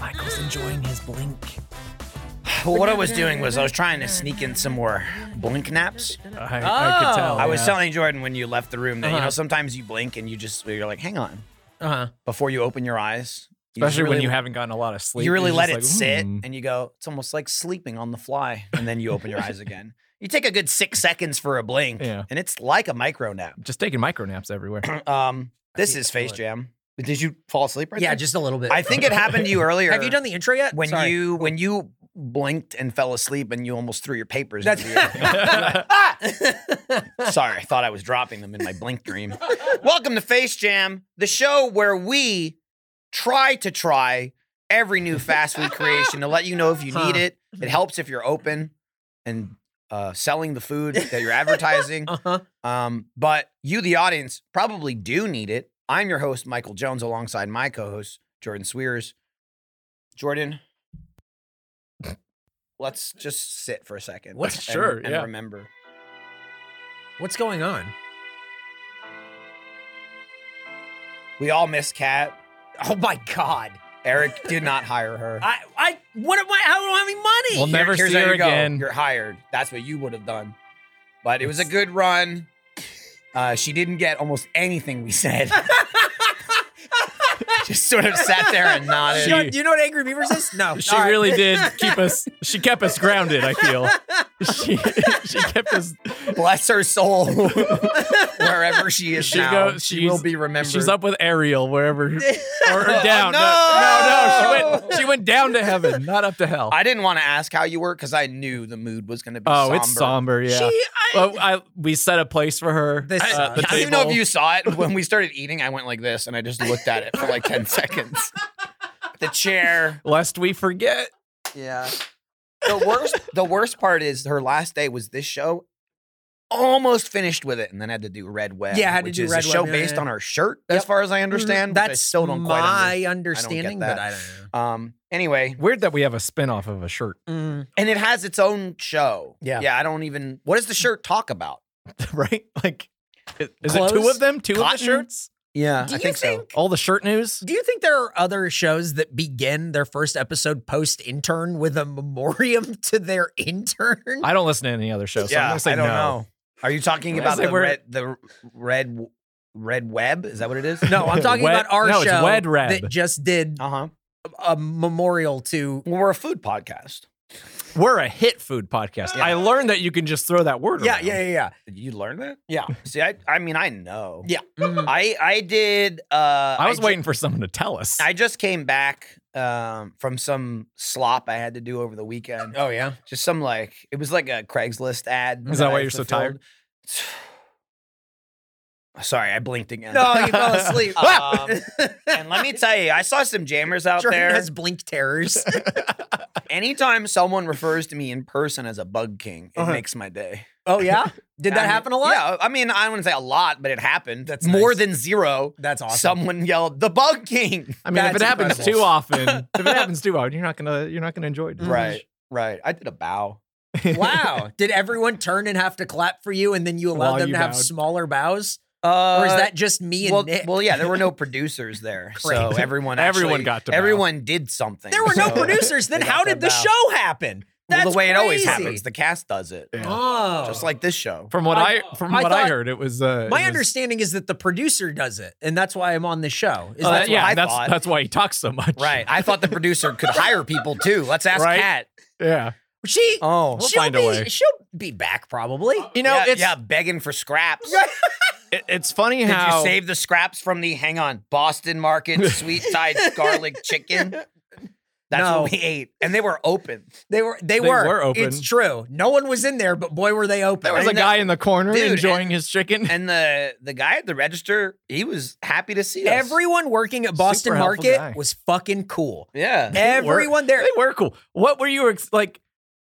Michael's enjoying his blink. Well, what I was doing was I was trying to sneak in some more blink naps. I, I could tell. I was telling Jordan when you left the room that you know sometimes you blink and you just you're like, hang on, Uh huh. before you open your eyes, you just Especially when really- you haven't gotten a lot of sleep. you really You're let it just like, sit "Hmm." and you go, it's almost like sleeping on the fly, and then you open your eyes again. You take a good six seconds for a blink, Yeah. and it's like a micro nap. Just taking micro naps everywhere. Um, this see is that Face one. Jam. Did you fall asleep right yeah, there? just a little bit. I think it happened to you earlier. Have you done the intro yet? when Sorry. you when you blinked and fell asleep and you almost threw your papers. That's into the air. ah! Sorry, I thought I was dropping them in my blink dream. Welcome to Face Jam, the show where we try to try every new fast food creation to let you know if you need Huh. it. It helps if you're open and uh, selling the food that you're advertising. Uh-huh. Um, but you, the audience, probably do need it. I'm your host, Michael Jones, alongside my co host, Jordan Swears. Jordan, let's just sit for a second. Let's- and- sure, And yeah. remember. What's going on? We all miss Kat. Oh my god! Eric did not hire her. I I what am I? How do I have any money? Well, Here- never here's see how her you go. again. You're hired. That's what you would have done. But it was a good run. Uh, she didn't get almost anything we said. Just sort of sat there and nodded. you, know, you know what angry beavers is? No, She All right. really did keep us. She kept us grounded. I feel. She she kept us. Bless her soul. Wherever she is She now, goes- she she's- will be remembered. She's up with Ariel wherever or, Oh, or down. no, no, no. She went. She went down to heaven, not up to hell. I didn't want to ask how you were because I knew the mood was going to be oh, somber. it's somber. Yeah. She, I, well, I we set a place for her. This uh, sucks. the I don't even know if table. you saw it. When we started eating, I went like this and I just looked at it for like 10 seconds. The chair. Lest we forget. Yeah. The worst the worst part is her last day was this show. Almost finished with it and then had to do Red Web. Yeah, had to which do is a Red Web, show yeah, based yeah. on our shirt, as Yep. Mm-hmm. far as I understand. which I that's still don't my quite understand. understanding, that. but I don't Um anyway, Weird that we have a spinoff of a shirt. know. Mm. and it has its own show. Yeah. Yeah, I don't even what does the shirt talk about? right? Like, is it two Clothes? of them? Two of the Cotton? shirts? Yeah. Do I you think, so. think- All the shirt news? Do you think there are other shows that begin their first episode post intern with a memoriam to their intern? I don't listen to any other show, so I'm yeah, gonna say I don't no. know. Are you talking I'm about gonna say the we're- red the red red web? Is that what it is? no, I'm talking Wed- about our no, it's show Wed Reb. that just did Uh-huh. a memorial to Well, we're a food podcast. We're a hit food podcast. Yeah. I learned that you can just throw that word. Yeah, around. yeah, yeah, You learned that? yeah. See, I I mean I know. Yeah. Yeah. Mm. I I did uh I was ju- waiting for someone to tell us. I just came back um from some slop I had to do over the weekend. Oh yeah. Just some like it was like a Craigslist ad. Is that why I you're so fulfilled. Sorry, I blinked again. No, you fell asleep. Um, and let me tell you, I saw some jammers out Jordan there. has blink terrors. Anytime someone refers to me in person as a bug king, it Uh-huh. makes my day. oh yeah. Did I that mean- happen a lot? Yeah, I mean, I wouldn't say a lot, but it happened. That's more nice. than zero. That's awesome. Someone yelled, "The Bug King!" I mean, if it That's happens incredible. too often, if it happens too often, you're not gonna you're not gonna enjoy it. as Right, right. I did a bow. much. wow. Did everyone turn and have to clap for you, and then you allowed While them you to have bowed. smaller bows, Uh, or is that just me and well, Nick? well, yeah, there were no producers there, so Great. everyone, Everyone actually- got to bow. everyone did something. there were no so producers. Then they got how their did the bow. show happen? Well, That's the way it always crazy. happens, the cast does it, Yeah. Oh, just like this show. From what I, I- from I what I thought- heard, it was uh, my it was- understanding is that the producer does it, and that's why I'm on the show. Is Oh, that yeah, I that's thought. that's why he talks so much. Right. I thought the producer could hire people too. Let's ask Right? Kat. Yeah. she? Oh, We'll she'll find a be. way. She'll be back probably. You know, yeah, it's yeah, begging for scraps. it- it's funny Did how you save the scraps from the hang on Boston Market sweet side garlic chicken? That's No. what we ate, and they were open. They were. They, They were. were open. It's true. No one was in there, but boy, were they open. There there's was a and the- guy in the corner Dude, enjoying his chicken. And the the guy at the register, he was happy to see us. Everyone working at Boston Super helpful Market guy. was fucking cool. yeah, Everyone there. They were cool. What were you ex- like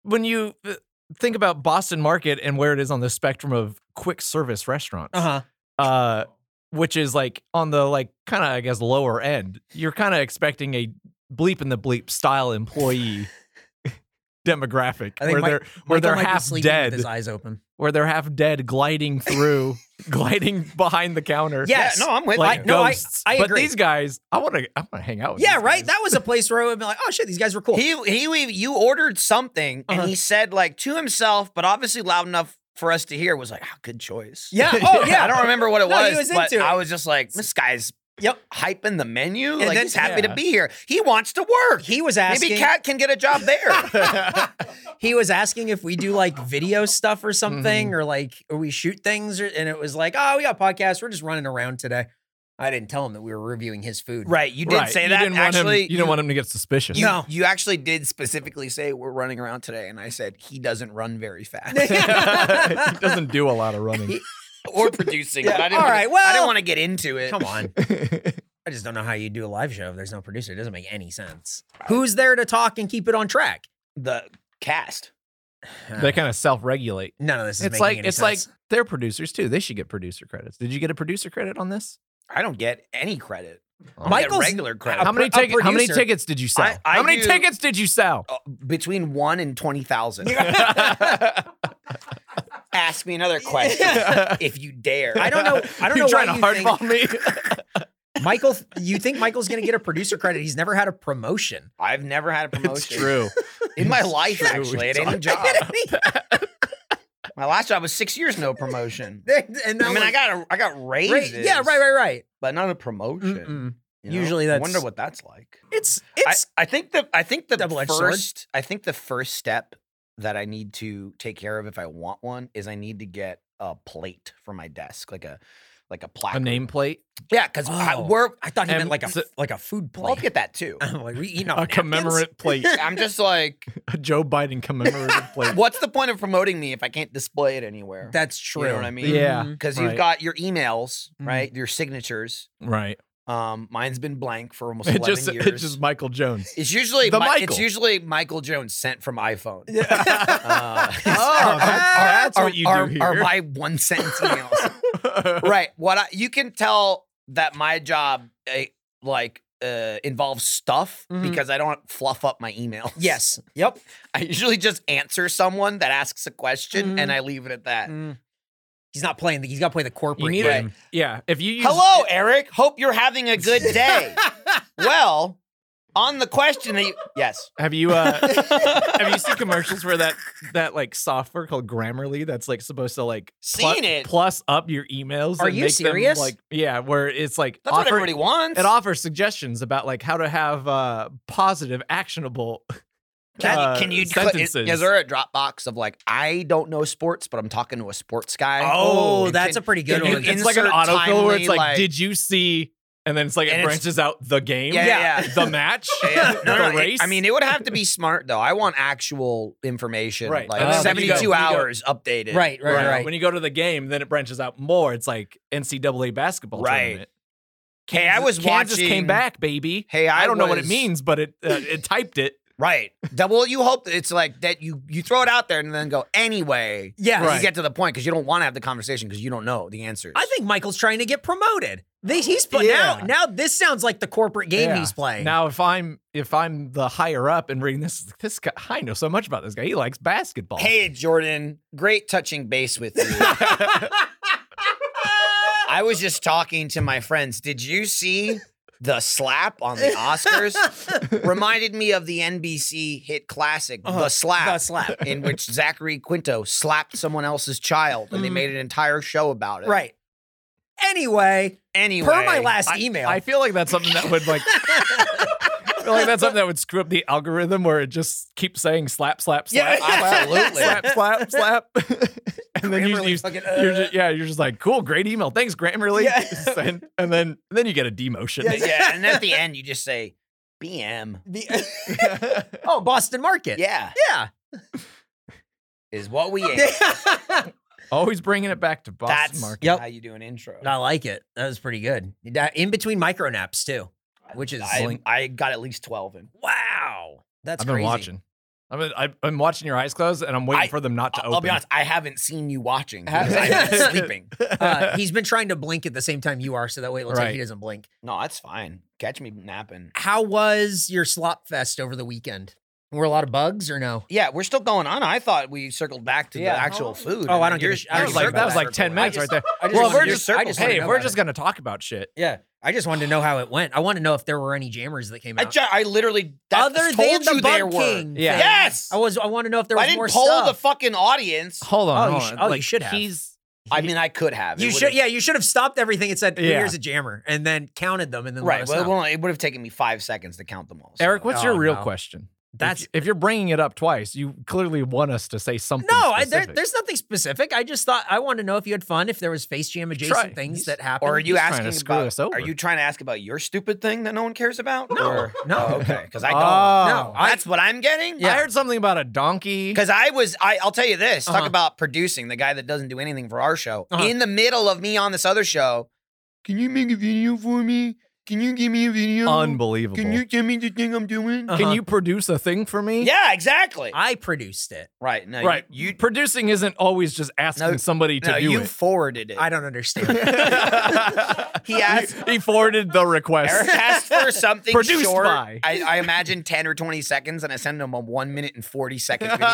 when you uh, think about Boston Market and where it is on the spectrum of quick service restaurants? Uh huh. Uh, which is like on the like kind of I guess lower end, you're kind of expecting a bleep in the bleep style employee demographic I think Mike- where they're where Michael they're might be half sleeping dead, with his eyes open. where they're half dead, gliding through, gliding behind the counter. Yes. Yeah, no, I'm with Like you. no, I- ghosts. I but agree. these guys, I want to, I want to hang out. with Yeah, Oh, these right. guys. That was a place where I would be like, oh shit, these guys were cool. He he you ordered something Uh-huh. and he said like to himself, but obviously loud enough for us to hear was like, oh, good choice. yeah. Oh yeah. I don't remember what it No, was, he was but into it. I was just like, this guy's Yep. hyping the menu. And like then- he's happy yeah. to be here. He wants to work. He was asking. Maybe Kat can get a job there. he was asking if we do like video stuff Mm-hmm. or something, or like or we shoot things, or, and it was like, oh, we got podcasts. We're just running around today. I didn't tell him that we were reviewing his food. right. You did Right, say you that. Didn't actually, want him, you, didn't want him to get suspicious. you, No. you actually did specifically say we're running around today, and I said he doesn't run very fast he doesn't do a lot of running. or producing. Yeah, But I didn't all wanna- right, well- I didn't want to get into it. Come on. I just don't know how you do a live show if there's no producer. It doesn't make any sense. Who's there to talk and keep it on track? Uh, the cast. they kind of self-regulate. None of this is It's making like any it's like sense. they're producers too. They should get producer credits. Did you get a producer credit on this? I don't get any credit. I Mike- get Michael's- regular credit. how many pro- a tickets? How many producer- tickets did you sell? I- I how many do- tickets did you sell? Uh, between one and twenty thousand. Ask me another question if you dare. I don't know. I don't you know why trying you to think hardball me. Michael. You think Michael's going to get a producer credit? He's never had a promotion. I've never had a promotion. it's true. In my life, true. actually, at any job. My last job was six years, no promotion. and I mean, I got a, I got raises. Yeah, right, right, right. But not a promotion. Mm-mm. you know? Usually I that's- wonder what that's like. It's I, it's I think the I think the Double-edged sword. first I think the first step that I need to take care of if I want one is I need to get a plate for my desk, like a like a plaque. A nameplate, Yeah, because Oh. we're I thought he And meant like a so- like a food I'll plate. get that too. I'm like we eating off a Oh, napkins? commemorative plate, I'm just like, a Joe Biden commemorative plate. what's the point of promoting me if I can't display it anywhere? That's true. You know what I mean? Yeah. Mhm. Because Right. you've got your emails, Mhm. right? Your signatures. Right. Um, mine's been blank for almost It eleven just years. it's just Michael Jones. It's usually The Mi- Michael. It's usually Michael Jones sent from iPhone. Yeah. Uh, Oh, that's are- what you do are- Are here. my one sentence emails right? What I, you can tell that my job eh, like uh, involves stuff Mm-hmm. Mhm. because I don't fluff up my emails. Yes. Yep. I usually just answer someone that asks a question and Mm-hmm. Mhm. I leave it at that. He's not playing. The, he's got to play the corporate You need game. it. Yeah. If you use Hello, Eric. Hope you're having a good day. well, on the question that you yes, Have you uh have you seen commercials for that that like software called Grammarly that's like supposed to like plu- Seen it. plus up your emails? Are and you make them, serious? like yeah, where it's like that's what offer- everybody wants. it offers suggestions about like how to have uh positive, actionable. Can, uh, can you cl- is, sentences? is there a Dropbox of like I don't know sports, but I'm talking to a sports guy? Oh, Oh, that's can- a pretty good can you one. it's like an insert autofill where timely, it's like, like- did you see? And then it's like it And it's- branches out the game, Yeah, yeah, yeah. the match, Yeah, no, no, the it- race. I mean, it would have to be smart though. I want actual information, Right. Like And then when you go- 72 when you go- hours updated. Right. Right. Right. When you go to the game, then it branches out more. It's like NCAA basketball Right. tournament. Hey, I was Kansas watching. came back, baby. Hey, I, I, don't know what it was- means, but it uh, it typed it. Right. That, well, you hope that it's like that. You you throw it out there and then go anyway. Yeah. and Right. You get to the point because you don't want to have the conversation because you don't know the answers. I think Michael's trying to get promoted. They, he's put Yeah. now. Now this sounds like the corporate game Yeah. he's playing. Now, if I'm if I'm the higher up and reading this, this guy, I know so much about this guy. He likes basketball. Hey, Jordan, great touching base with you. I was just talking to my friends. Did you see the slap on the Oscars? Reminded me of the NBC hit classic, The Slap. Uh-huh. The Slap. in which Zachary Quinto slapped someone else's child and they Mhm. made an entire show about it. right. Anyway, Anyway. per my last I- email, I feel like that's something that would like. I feel like that's something that would screw up the algorithm where it just keeps saying slap, slap, Yeah, slap, absolutely. slap, slap, slap, and then you, Grammarly you, fucking, you're uh. just, yeah, you're just like, cool, great email, thanks, Grammarly, Yeah. and, and then and then you get a demotion. yeah. And at the end, you just say, BM. the- oh Boston Market. Yeah. Yeah. Is what we ain't. I Always bringing it back to Boston That's Market. Yep. how you do an intro. like it. That was pretty good. That- In between micro naps too, which is I, I got at least 12 in. wow. That's I've been crazy. watching. I'm, I, I'm watching your eyes close and I'm waiting I- for them not to I'll open. be honest, I haven't seen you watching. because I've been sleeping. Uh, he's been trying to blink at the same time you are, so that way it looks like he Right. doesn't blink. No, that's fine. Catch me napping. How was your slop fest over the weekend? Were a lot of bugs or no? Yeah, we're still going on. I thought we circled back to Yeah, the how actual long- food. Oh, I don't You're- give a sh- I That you're was like, circled that was back. like 10 minutes right there. I just Well, if wanna- we're you're just, circled. I just wanna hey, know if we're about just it. going to talk about shit. yeah. I just wanted to know how it went. I want to know if there were any jammers that came I, out. ju- I literally that Other told than the you there Bug were. King, thing. Yeah. Yes, I was. I want to know if there I was didn't more poll stuff. the fucking audience. Hold on. Oh, you hold sh- on. oh, you should have. He's, I mean, I could have. It you would've- should. Yeah, you should have stopped everything and said, Yeah. "Here's a jammer," and then counted them and then Right. Let us Well, it know. won't- it would have taken me five seconds to count them all. so- Eric, what's Oh, your real no. question? If- That's- if, you're bringing it up twice, you clearly want us to say something. no, I, there, specific. there's nothing specific. I just thought I want to know if you had fun, if there was face jam adjacent Try- things he's- that happened. Or are you trying to asking screw about? us over. Are you trying to ask about your stupid thing that no one cares about? No, Or- no. Oh, okay, because I don't. Oh. No, I- That's what I'm getting. I heard something about a donkey. Because I was, I, I'll tell you this. Uh-huh. Talk about producing the guy that doesn't do anything for our show. Uh-huh. In the middle of me on this other show, can you make a video for me? Can you give me a video? Unbelievable. Can you give me the thing I'm doing? Uh, Can Uh-huh. you produce a thing for me? Yeah, exactly. I produced it. right. No, Right. You, you producing isn't always just asking No, somebody to no, do you it. forwarded it. I don't understand. he asked. he forwarded the request. Eric asked for something Produced short. by. I, I imagine ten or twenty seconds, and I send him a one minute and forty second video.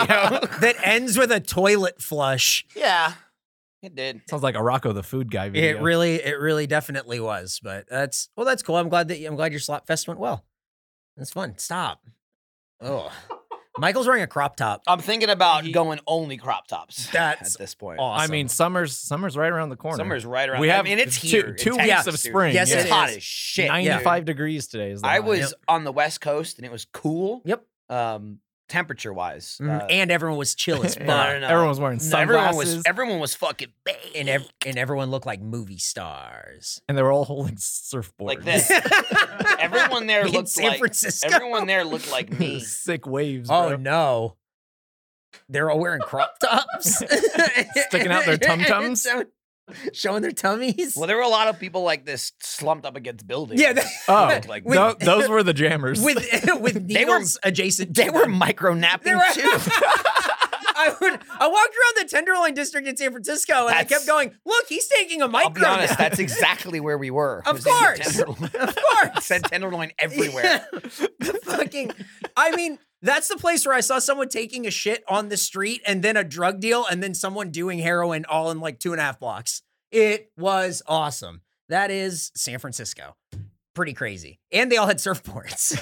that ends with a toilet flush. yeah, it did. Sounds like a Rocco the Food Guy video. It really, it really definitely was. But that's well, that's cool. I'm glad that I'm glad your slop fest went well. That's fun. Stop. Oh, Michael's wearing a crop top. I'm thinking about going only crop tops. That's at Oh, this point. Awesome. I mean, summer's summer's right around the corner. Summer's right around. We I have mean, it's two- here. two in weeks Texas, of dude. spring. Yes, it's it hot is. as shit. dude. 95 degrees today is the I high. was Yep. on the West Coast, and it was cool. Yep. Um, temperature wise, Mm, and everyone was chill as Yeah. fuck. uh, no, no, no. Everyone was wearing No, everyone sunglasses, was everyone was fucking baked. and ev- and everyone looked like movie stars. and they were all holding surfboards like this. everyone there in looked San like Francisco. everyone there looked like me. Sick waves, oh bro. no, they're all wearing crop tops, Sticking out their tum-tums? So- showing their tummies. Well, there were a lot of people like this slumped up against buildings. yeah, they, Oh, Like- tho- those were the jammers. with with They were- needles adjacent. they to were them. micro napping too. I would. I walked around the Tenderloin District in San Francisco, and I That's- kept going. Look, he's taking a micro. I'll be honest, nap." that's exactly where we were. Of was in the course. Tenderloin. of course Said tenderloin everywhere. The fucking. I mean, that's the place where I saw someone taking a shit on the street, and then a drug deal, and then someone doing heroin, all in like two and a half blocks. It was awesome. That is San Francisco. Pretty crazy, and they all had surfboards.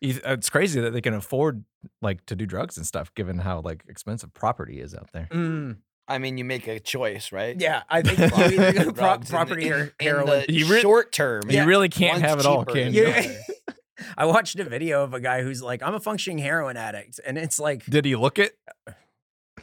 You- uh, it's crazy that they can afford like to do drugs and stuff, given how like expensive property is out there. Mm, I mean, you make a choice, right? yeah, I think well, either go pro- Drugs in the- property in- or in heroin. the You re- short term. You really can't One's have it all, cheaper can than you? the Yeah. I watched a video of a guy who's like, I'm a functioning heroin addict. And it's like, Did he look it?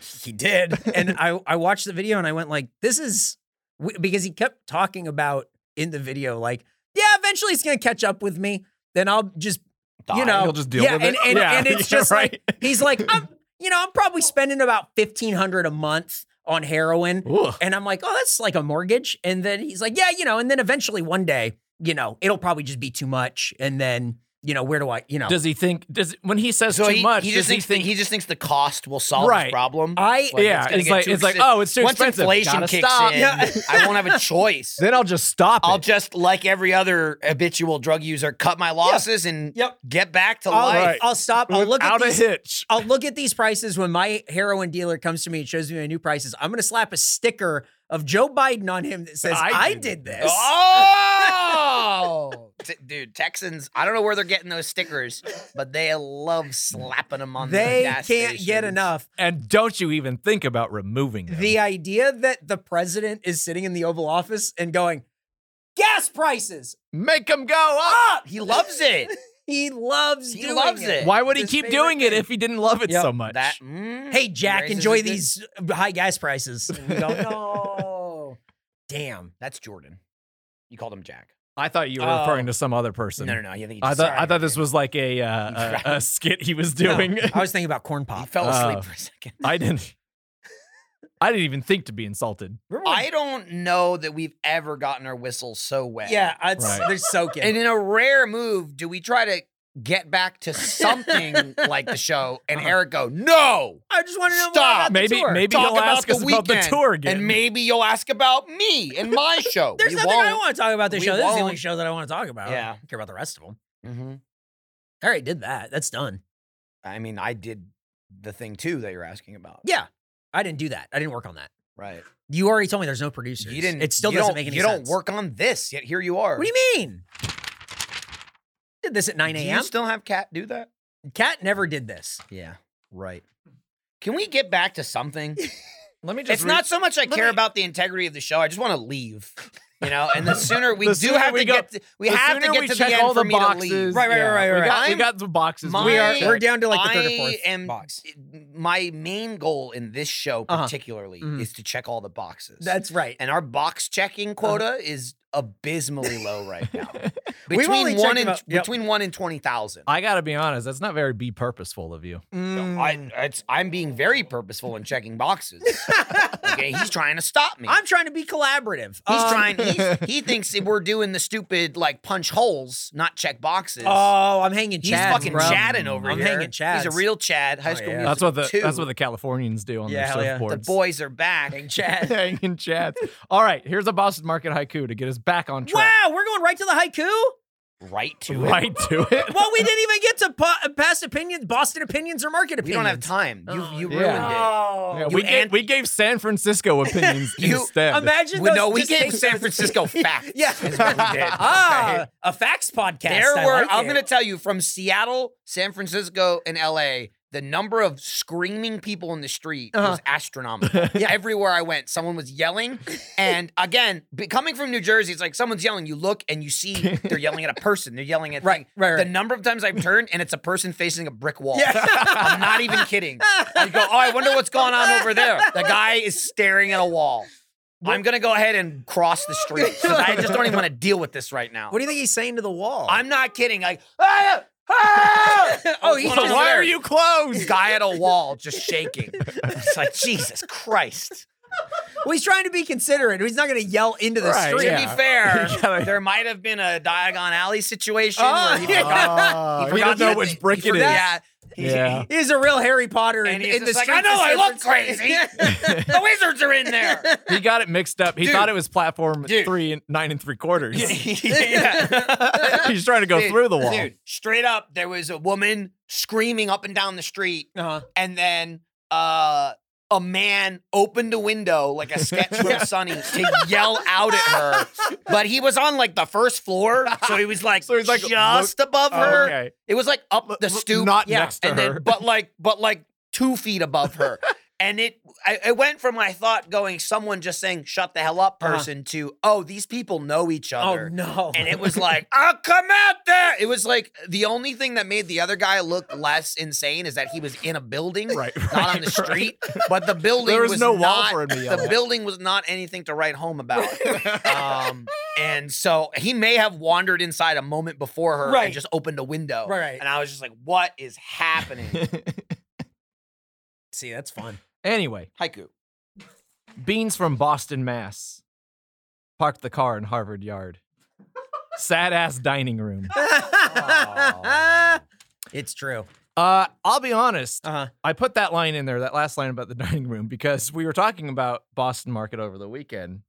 he did. and I, I watched the video and I went like, this is w- because he kept talking about in the video, like, yeah, eventually it's going to catch up with me. Then I'll just, Die. you know, You'll just deal yeah, with and, it. And, Yeah, and it's you're just like, right. he's like, I'm, you know, I'm probably spending about 1500 a month on heroin. Ugh. And I'm like, oh, that's like a mortgage. And then he's like, yeah, you know, and then eventually one day, you know, it'll probably just be too much. And then, you know, where do I, you know, Does he think? Does when he says So too he, much? he does just he thinks think? he just thinks the cost will solve Right. his problem. I, Like, yeah, gonna it's get like too it's like exi- oh, it's too Once expensive. inflation Gotta kicks stop. in, I won't have a choice. Then I'll just stop. I'll it. just, like every other habitual drug user, cut my losses and Yep. get back to I'll, life. Right. I'll stop. I'll look at without a these. hitch. I'll look at these prices when my heroin dealer comes to me and shows me my new prices. I'm going to slap a sticker of Joe Biden on him that says, "I, I did, did this." Oh, T- dude, Texans! I don't know where they're getting those stickers, but they love slapping them on. the They gas can't get stations. enough. And don't you even think about removing them. The idea that the president is sitting in the Oval Office and going, "Gas prices Make them go up. He loves it. He loves He doing loves it. Why would he His keep favorite doing it thing. if he didn't love it Yep. so much? That. mm, Hey Jack, raises enjoy his- these high gas prices. And we go, no. Damn. That's Jordan. You called him Jack. I thought you were Oh. referring to some other person. No, no, no. You think he I just- thought sorry, I thought this man. was like a uh, uh, a skit he was doing. I was thinking about corn He pop. fell asleep Oh. for a second. I didn't. I didn't even think to be insulted. Remember when- I don't know that we've ever gotten our whistles so wet. yeah, it's, Right. they're soaking. And in a rare move, do we try to get back to something like the show, and Eric go, no. I just want to know more Stop. about the Maybe- tour. maybe- Talk you'll about ask the us about weekend, the tour again. and maybe you'll ask about me and my show. There's We nothing I won't. want to talk about this We show. This is the only won't. show that I want to talk about. I Yeah. don't care about the rest of them. Mhm. I already did that. That's done. I mean, I did the thing too that you're asking about. Yeah. I didn't do that. I didn't work on that. Right. You already told me there's no producers. You didn't. It still you doesn't don't- make any You sense. don't work on this yet. Here you are. What do you mean? Did this at 9 Do a.m. you still have Cat do that? Cat never did this. Yeah. Right. Can we get back to something? Let me just. it's read- not so much I let care me- about the integrity of the show. I just want to leave. You know, and the sooner we The do sooner have we to go- get, to, we the have to sooner get we to check the end all the for me boxes. to leave. Right, right, yeah. right, right, We got, we I'm- got the boxes. my- we are. I- We're down to like the third or I fourth am- box. My main goal in this show, Uh-huh. particularly, Mhm. is to check all the boxes. That's right. and our box checking quota is abysmally low right now. between only checked one and about- yep. between one and twenty thousand. I gotta be honest. That's not very be purposeful of you. Hmm. I, it's, I'm being very purposeful in checking boxes. okay, he's trying to stop me. I'm trying to be collaborative. he's Um, trying. He's, he thinks that we're doing the stupid like punch holes, not check boxes. Oh, I'm hanging he's Chads, fucking bro. chatting over I'm here. hanging Chads. He's a real Chad. High Oh, school yeah. music. That's what the two. that's what the Californians do on Yeah, hell yeah. their The surfboards. The boys are back. Hanging Chad. hanging chats. All right, here's a Boston Market haiku to get us back on track. Wow, we're going right to the haiku? Right to it. Right to it. Well, we didn't even get to po- uh, past opinions, Boston opinions, or market We opinions. don't have time. You you yeah. ruined it. Oh. Yeah, we, You gave, ant- we gave San Francisco opinions You- instead. Imagine We, those, no, we just gave take San those- Francisco facts. Yeah. is what we did. Ah, okay? a facts podcast. There I were. like I'm it. going to tell you from Seattle, San Francisco, and L.A. The number of screaming people in the street Uh-huh. was astronomical. Yeah. Everywhere I went, someone was yelling. And again, be, coming from New Jersey, it's like someone's yelling. You look and you see they're yelling at a person. They're yelling at Right, right, right. The number of times I've turned and it's a person facing a brick wall. Yeah. I'm not even kidding. I go, oh, I wonder what's going on over there. The guy is staring at a wall. I'm gonna go ahead and cross the street. 'cause I just don't even want to deal with this right now. What do you think he's saying to the wall? I'm not kidding. Like, ah, ah! Oh, he's just What's So going on why there? are you closed? guy at a wall just shaking? It's like Jesus Christ. well, he's trying to be considerate. He's not going to yell into the Right, street. To yeah. be fair, You gotta- there might have been a Diagon Alley situation Oh, where he yeah. forgot. Ah, he we forgot don't know that- which he brick it is. forgot- Yeah, Yeah. He's a real Harry Potter in, and he's in the just like, street. I know of I San look Francisco." crazy. the wizards are in there. He got it mixed up. He Dude. thought it was platform Dude. three and nine and three quarters. Yeah. He's trying to go Dude, through the wall. Dude, straight up, there was a woman screaming up and down the street, Uh-huh. and then uh, a man opened a window like a sketch from Sonny to yell out at her. But he was on like the first floor, so he was like, So he's, like, just above Oh, her. okay. It was like up L- the l- stoop, not next to and her. Then, but like, but like two feet above her. And it, I, it went from my thought going, someone just saying "shut the hell up," Uh-huh. person to, oh, these people know each other Oh, no. and it was like, I'll come out there. It was like the only thing that made the other guy look less insane is that he was in a building, Right, not on the street. But the building There was no wall not, for him to yell The at. building was not anything to write home about. um, and so he may have wandered inside a moment before her Right. and just opened a window. Right, right. And I was just like, what is happening? See, that's fun. Anyway, Haiku. Beans from Boston, Mass. Parked the car in Harvard Yard. Sad ass dining room. It's true. Uh, I'll be honest. Uh-huh. I put that line in there, that last line about the dining room, because we were talking about Boston Market over the weekend,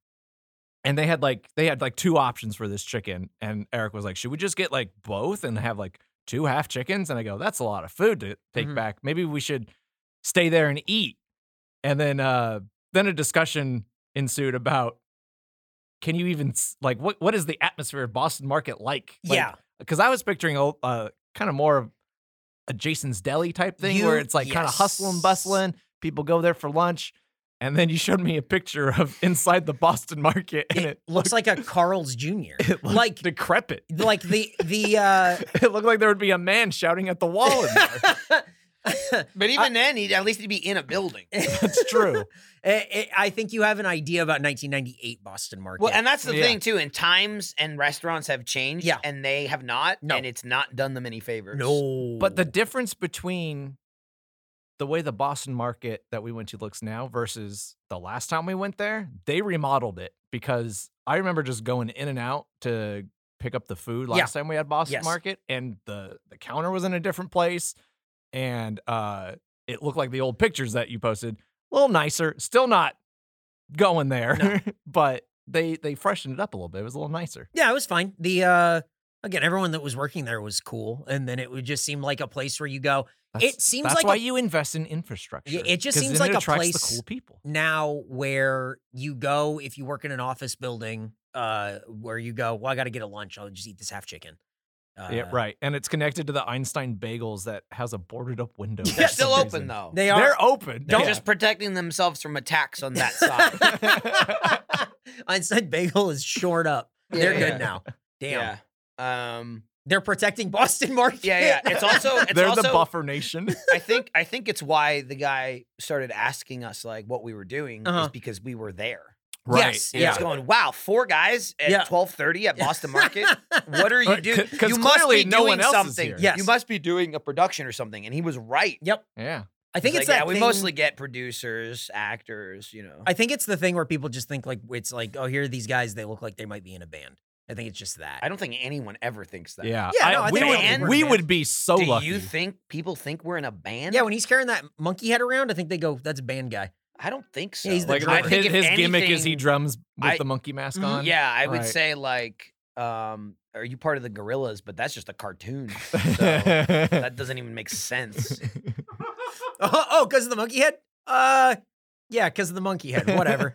and they had like they had like two options for this chicken, and Eric was like, "Should we just get like both and have like two half chickens?" And I go, "That's a lot of food to take Mhm. back. Maybe we should stay there and eat." And then uh, then a discussion ensued about can you even s- like what what is the atmosphere of Boston Market like? like yeah. because I was picturing a uh, kind of more of a Jason's Deli type thing where You- it's like kind of hustling, yes. bustling. People go there for lunch, and then you showed me a picture of inside the Boston Market, and it, Looks like a Carl's Jr. looked like decrepit. like the the uh It looked like there would be a man shouting at the wall in there. But even then, he'd, at least he'd be in a building. Eh, That's true. I- I- Eh, I think you have an idea about 1998 Boston market. Well, and that's the Yeah. thing too. And times and restaurants have changed, Yeah. and they have not, No. and it's not done them any favors. no, But the difference between the way the Boston market that we went to looks now versus the last time we went there, they remodeled it because I remember just going in and out to pick up the food last Yeah. time we had Boston Yes. Market, and the the counter was in a different place, and uh, it looked like the old pictures that you posted. A little nicer, still not going there, but they they freshened it up a little bit. It was a little nicer. Yeah, it was fine. The uh again, everyone that was working there was cool, and then it would just seem like a place where you go. it seems that's like why a- you invest in infrastructure. Yeah, it just 'cause seems then like it a attracts the place- cool people. now where you go if you work in an office building, uh, where you go, well, I got to get a lunch. I'll just eat this half chicken. Uh, yeah, right. And it's connected to the Einstein Bagels that has a boarded up window. for They're some still open reason. though. They They're are open. They're Yeah. just protecting themselves from attacks on that side. Einstein Bagel is shored up. They're Yeah. good now. Damn, Yeah. Um. they're protecting Boston market. Yeah. Yeah. It's also. It's They're also, the buffer nation. I think. I think it's why the guy started asking us like what we were doing is Uh-huh. because we were there. Yes, And It's Yeah. going. Wow. Four guys at Yeah. twelve thirty at Boston Market. What are you Right, doing? 'cause- 'cause you must clearly be no doing one else is something. here. Yes. You must be doing a production or something. And he was right. Yep. Yeah. I think He's it's like, that. yeah, we thing- mostly get producers, actors. You know. I think it's the thing where people just think like it's like, oh, here are these guys. They look like they might be in a band. I think it's just that. I don't think anyone ever thinks that. Yeah. Yeah, no, I we think would, we're in we band. would be so Do lucky. you think people think we're in a band? yeah, when he's carrying that monkey head around, I think they go, "That's a band guy." I don't think so. Yeah, he's the like drummer. I his, think if his gimmick is he anything- drums with I- Mm-hmm, the monkey mask Mhm. on. Yeah, I would Right. say like, um, are you part of the Gorillas? But that's just a cartoon. So Yeah. that doesn't even make sense. Oh, oh, because of the monkey head? Uh, yeah, because of the monkey head. Whatever.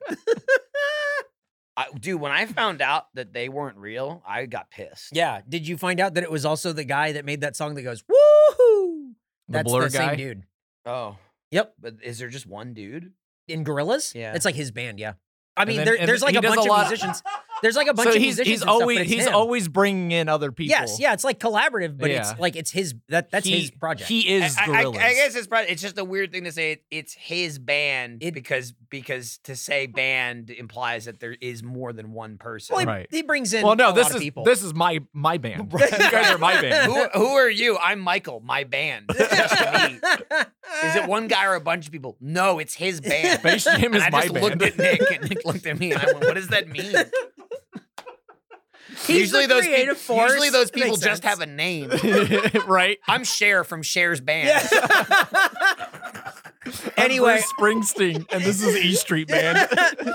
I, dude, when I found out that they weren't real, I got pissed. yeah. Did you find out that it was also the guy that made that song that goes woohoo? the That's blur the guy. same dude Oh. Yep. But is there just one dude? in Gorillas. Yeah. it's like his band. Yeah. I And mean, then- there, and there's like he a does a bunch lot of of- musicians. There's like a bunch of So he's musicians. he's and stuff, but always it's he's him. always bringing in other people. Yes, yeah, it's like collaborative, but Yeah. it's like it's his that that's He- his project. He is I, I- I- gorillas. I guess it's probably, it's just a weird thing to say. It, it's his band It- because because to say band implies that there is more than one person. well, he, Right. he brings in well, no, a this lot of is people. this is my my band. You guys are my band. who, who are you? I'm Michael. My band. It's just me. Is it one guy or a bunch of people? No, it's his band. Space Jam And is I my just band. looked at Nick, and Nick looked at me, and I went, "What does that mean?" He's usually the those peop- creative force. usually those people Makes just sense. have a name. right. I'm Cher from Cher's band. anyway, I'm Bruce Springsteen, and this is E Street Band.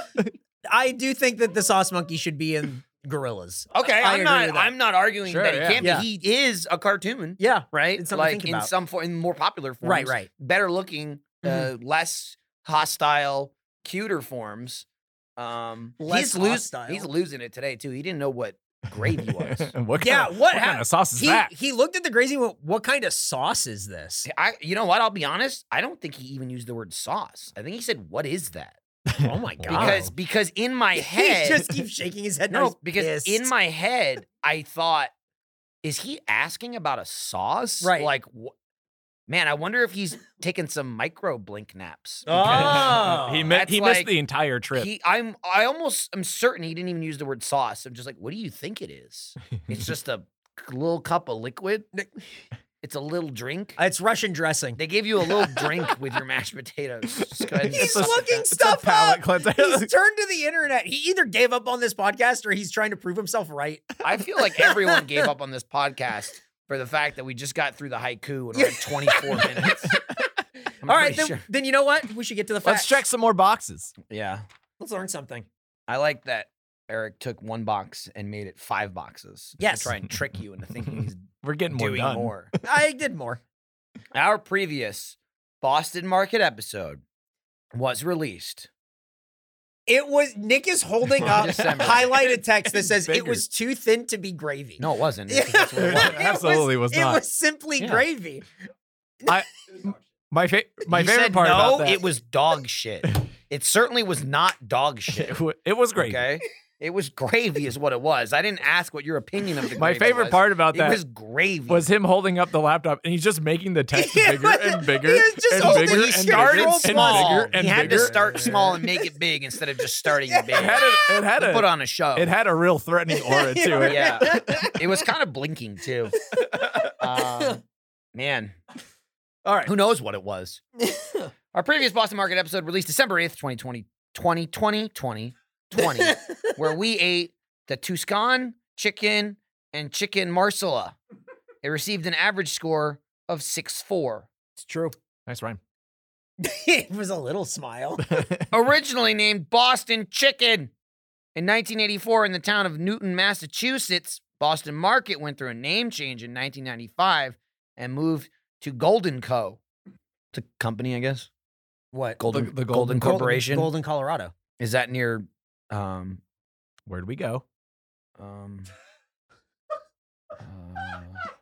I do think that the sauce monkey should be in gorillas. Okay, I I'm agree not. with that. I'm not arguing Sure, that he yeah. can't. Yeah. be. He is a cartoon, Yeah. right? It's something to like think in about. some form, in more popular forms, Right, right. Mm-hmm. Better looking, uh, less hostile, cuter forms. Um, Less he's, lose- hostile. he's losing it today too. He didn't know what grade he was. And what Yeah, kind of, what hap- kind of sauce is He, that? he looked at the grazing. Went, what kind of sauce is this? I, you know what? I'll be honest. I don't think he even used the word sauce. I think he said, "What is that?" Oh my god! Because because in my he head, just keeps shaking his head. no, because in my head, I thought, is he asking about a sauce? Right. Like, wh- man, I wonder if he's taking some micro blink naps. Oh. he mi- That's he like- missed the entire trip. He, I'm, I almost, I'm certain he didn't even use the word sauce. I'm just like, what do you think it is? It's just a little cup of liquid. It's a little drink. it's Russian dressing. They gave you a little drink with your mashed potatoes. Just go ahead and He's suck looking that. It's a stuff palate up. cleanser. He's turned to the internet. He either gave up on this podcast or he's trying to prove himself right. I feel like everyone gave up on this podcast for the fact that we just got through the haiku in like 24 minutes. I'm All right, pretty then, sure. then you know what? We should get to the Let's facts. check some more boxes. Yeah. Let's learn something. I like that Eric took one box and made it five boxes. to Yes. try and trick you into thinking he's We're getting more doing done. more. I did more. Our previous Boston Market episode was released. It was Nick is holding In up December. highlighted text that says Bigger. it was too thin to be gravy. No, it wasn't. It's- that's what it was. It absolutely was it not. was simply Yeah. gravy. My, fa- my He favorite said, part no, about that it was dog shit. It certainly was not dog shit. it, wa- it was great. Okay. It was gravy, is what it was. I didn't ask what your opinion of the My gravy favorite was. part about It that was was, gravy. him holding up the laptop and he's just making the text Yeah, bigger and bigger he was just and holding bigger it. and he bigger started and small. bigger and he had bigger. to start small and make it big instead of just starting big. It had a, it had He a put on a show. it had a real threatening aura to it. yeah. It was kind of blinking too. Um, man, All right. who knows what it was? Our previous Boston Market episode released December 8th, 2020, 2020, 2020, 20, where we ate the Tuscan chicken and Chicken Marsala. It received an average score of 6.4. It's true. Nice rhyme. it was a little smile. Originally named Boston Chicken. In 1984, in the town of Newton, Massachusetts, Boston Market went through a name change in 1995 and moved to Golden Co. It's a company, I guess. What? Golden, The- the, the Golden Golden, Co- Corporation. Golden, Colorado. Is that near um, Where'd we go? um, uh,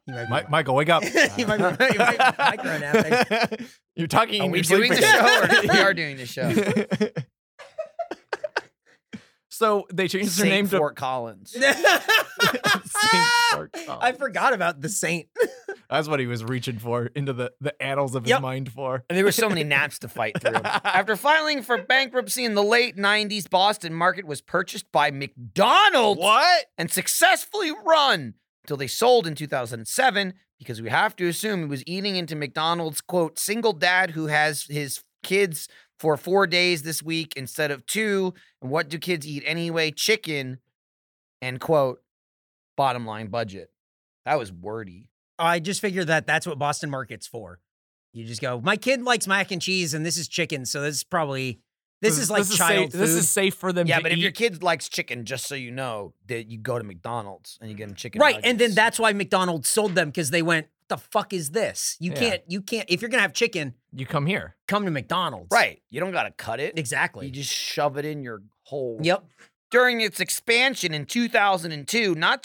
You might be Mi- right. Michael, wake up. You might be- you might be micro-napping. You're talking. are in we your doing the sleeping. show or we are doing the show? so they changed Saint their name Fort Collins. to Saint Ah! Fort I Collins. forgot about the saint. That's what he was reaching for into the the annals of his Yep. mind for. And there were so many naps to fight through. After filing for bankruptcy in the late 90s, Boston Market was purchased by McDonald's What? and successfully run until they sold in 2007 because we have to assume he was eating into McDonald's, quote, single dad who has his kids for four days this week instead of two. And what do kids eat anyway? Chicken, end quote, bottom line budget. That was wordy. I just figured that that's what Boston Market's for. You just go, my kid likes mac and cheese, and this is chicken, so this is probably this, is like child safe, This is safe for them. Yeah, to but if eat. your kid likes chicken, just so you know, that you go to McDonald's and you get them chicken. Mm. right, and then nuggets. that's why McDonald's sold them because they went, "The fuck is this? You Yeah. can't, you can't. If you're gonna have chicken, you come here. come to McDonald's." right. You don't gotta cut it. exactly. You just shove it in your hole. yep. During its expansion in 2002, not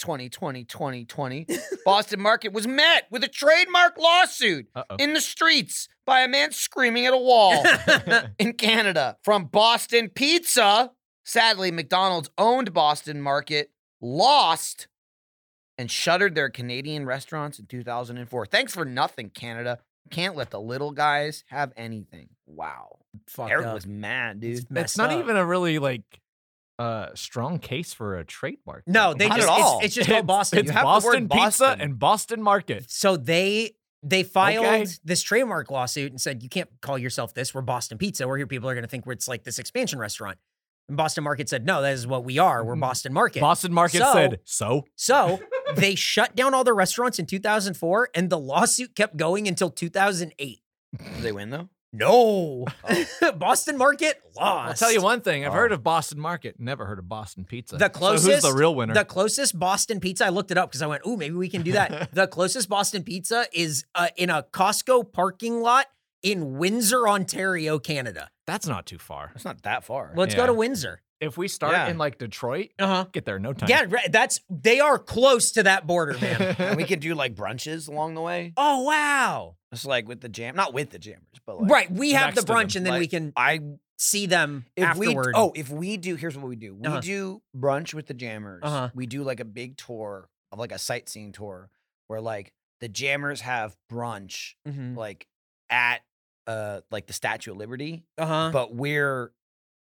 2020, 2020, Boston Market was met with a trademark lawsuit Uh oh. in the streets by a man screaming at a wall in Canada from Boston Pizza. Sadly, McDonald's owned Boston Market, lost, and shuttered their Canadian restaurants in 2004. Thanks for nothing, Canada. Can't let the little guys have anything. Wow. Fucked Eric up. was mad, dude. It's messed not up. even a really like uh strong case for a trademark. No, though. they Not just at it's- all. It's, just called It's- Boston. It's You have the Boston word Pizza Boston. and Boston Market. so they they filed Okay. this trademark lawsuit and said you can't call yourself this. We're Boston Pizza. We're here. People are going to think we're, it's like this expansion restaurant. And Boston Market said no. That is what we are. We're Mhm. Boston Market. Boston Market So- said so. so they shut down all the restaurants in 2004, and the lawsuit kept going until 2008. Did they win, though? No, Boston Market lost. Oh. I'll tell you one thing. I've Oh. heard of Boston Market, never heard of Boston Pizza. The So who's the closest- real winner? The closest Boston pizza, I looked it up because I went, ooh, maybe we can do that. the closest Boston pizza is uh, in a Costco parking lot in Windsor, Ontario, Canada. That's not too far. That's not that far. Let's Yeah. go to Windsor. If we start Yeah. in like Detroit, Uh Uh-huh. huh. get there in no time. Yeah, right, that's they are close to that border, man. and we could do like brunches along the way. oh wow! Just like with the jam, not with the jammers, but like Right, we have next the to them, brunch, and then we like, can I see them if we afterward. oh if we do here's what we do we Uh-huh. do brunch with the jammers. Uh-huh. We do like a big tour of like a sightseeing tour where like the jammers have brunch Mhm. like at uh like the Statue of Liberty, uh huh. but we're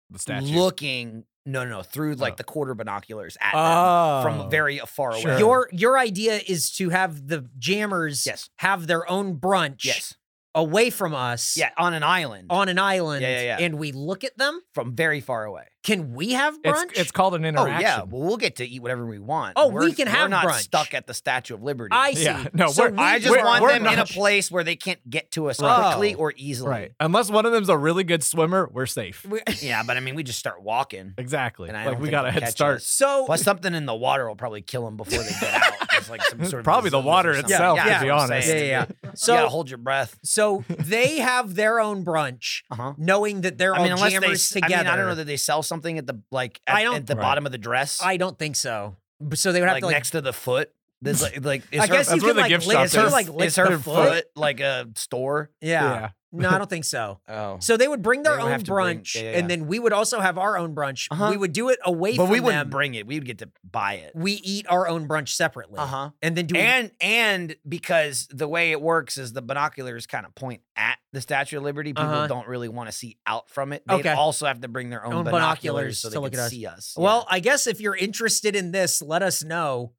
The statue. looking no no Uh. through like Oh. the quarter binoculars at them oh. from very far away. Sure. Your your idea is to have the jammers Yes. have their own brunch yes away from us yeah on an island on an island Yeah, yeah, yeah. and we look at them. from very far away. Can we have brunch? It's, it's called an Oh interaction. yeah, well we'll get to eat whatever we want. Oh, We're- we can have We're not brunch. stuck at the Statue of Liberty. I see. Yeah, no, so we're- we, I just we're- want we're them in a not- place where they can't get to us Right. quickly Oh. or easily. Right. Unless one of them's a really good swimmer, we're safe. we- Yeah, but I mean, we just start walking. Exactly. And I Like don't we think got a they'll head catch start. us. so Plus, something in the water will probably kill them before they get out. It's like some sort of Probably the disease water or something. itself, Yeah, to that's be what I'm honest. yeah, saying. yeah. yeah. You gotta So hold your breath. so they have their own brunch, Uh huh. knowing that they're I mean, all unless they, jammers s- together. I mean, I don't know that they sell something at the like at, I don't- at the Right. bottom of the dress, I don't think so. B- So they would have like, to like. next to the foot. There's like, like is I her, guess you That's where could the like gift lick, shop is her, is. like is lick her their foot, like a store? Yeah. No, I don't think so. Oh, So they would bring their They would own have to bring- brunch, yeah, yeah, yeah. and then we would also have our own brunch. Uh-huh. We would do it away but from we wouldn't them. bring it. We would get to buy it. we eat our own brunch separately, Uh huh. and then do and and because the way it works is the binoculars kind of point at the Statue of Liberty. People Uh-huh. don't really want to see out from it. They Okay. also have to bring their own, Own binoculars binoculars, so to they look can at us. see us. Yeah. Well, I guess if you're interested in this, let us know.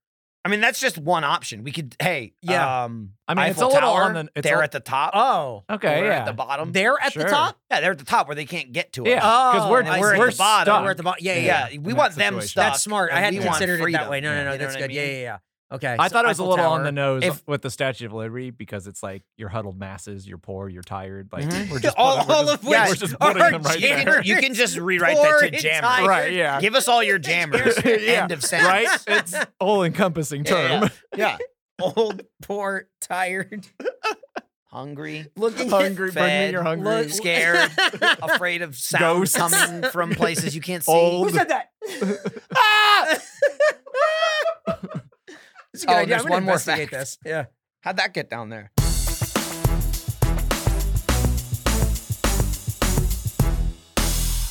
I mean that's just one option. We could hey Yeah. Um, I mean, it's Eiffel a little Tower, on the- it's they're a- at the top. Oh, Okay, we're yeah. at the bottom. they're at Sure. the top. yeah, they're at the top where they can't get to yeah, us. because we're, Oh, I we're, see. we're The bottom. stuck. We're at the bottom. Oh, Yeah, yeah. Yeah, yeah. we in want that them situation. stuck. That's smart. I and hadn't we want considered it that freedom. way. No, Yeah. no, no. You know that's what I good. Yeah, mean? yeah, yeah. Okay. I so thought it was Eiffel a little on Tower. the nose If- with the Statue of Liberty because it's like you're huddled masses, you're poor, you're tired. Like Mhm. we're just all, putting- we're all just- of which we're just are putting them right there. generous, You can just rewrite that poor, to and jammer. tired. Right, yeah. Give us all your jammers. Yeah. End of sentence. Right? It's all encompassing Yeah, term. Yeah. Old, poor, tired, Hungry, looking Hungry, bring me Fed, your hungry. look- scared, afraid of sounds Ghosts. coming from places you can't see. Old. Who said that? Ah! It's Oh, I'm there's gonna one more investigate This. fact. Yeah. How'd that get down there?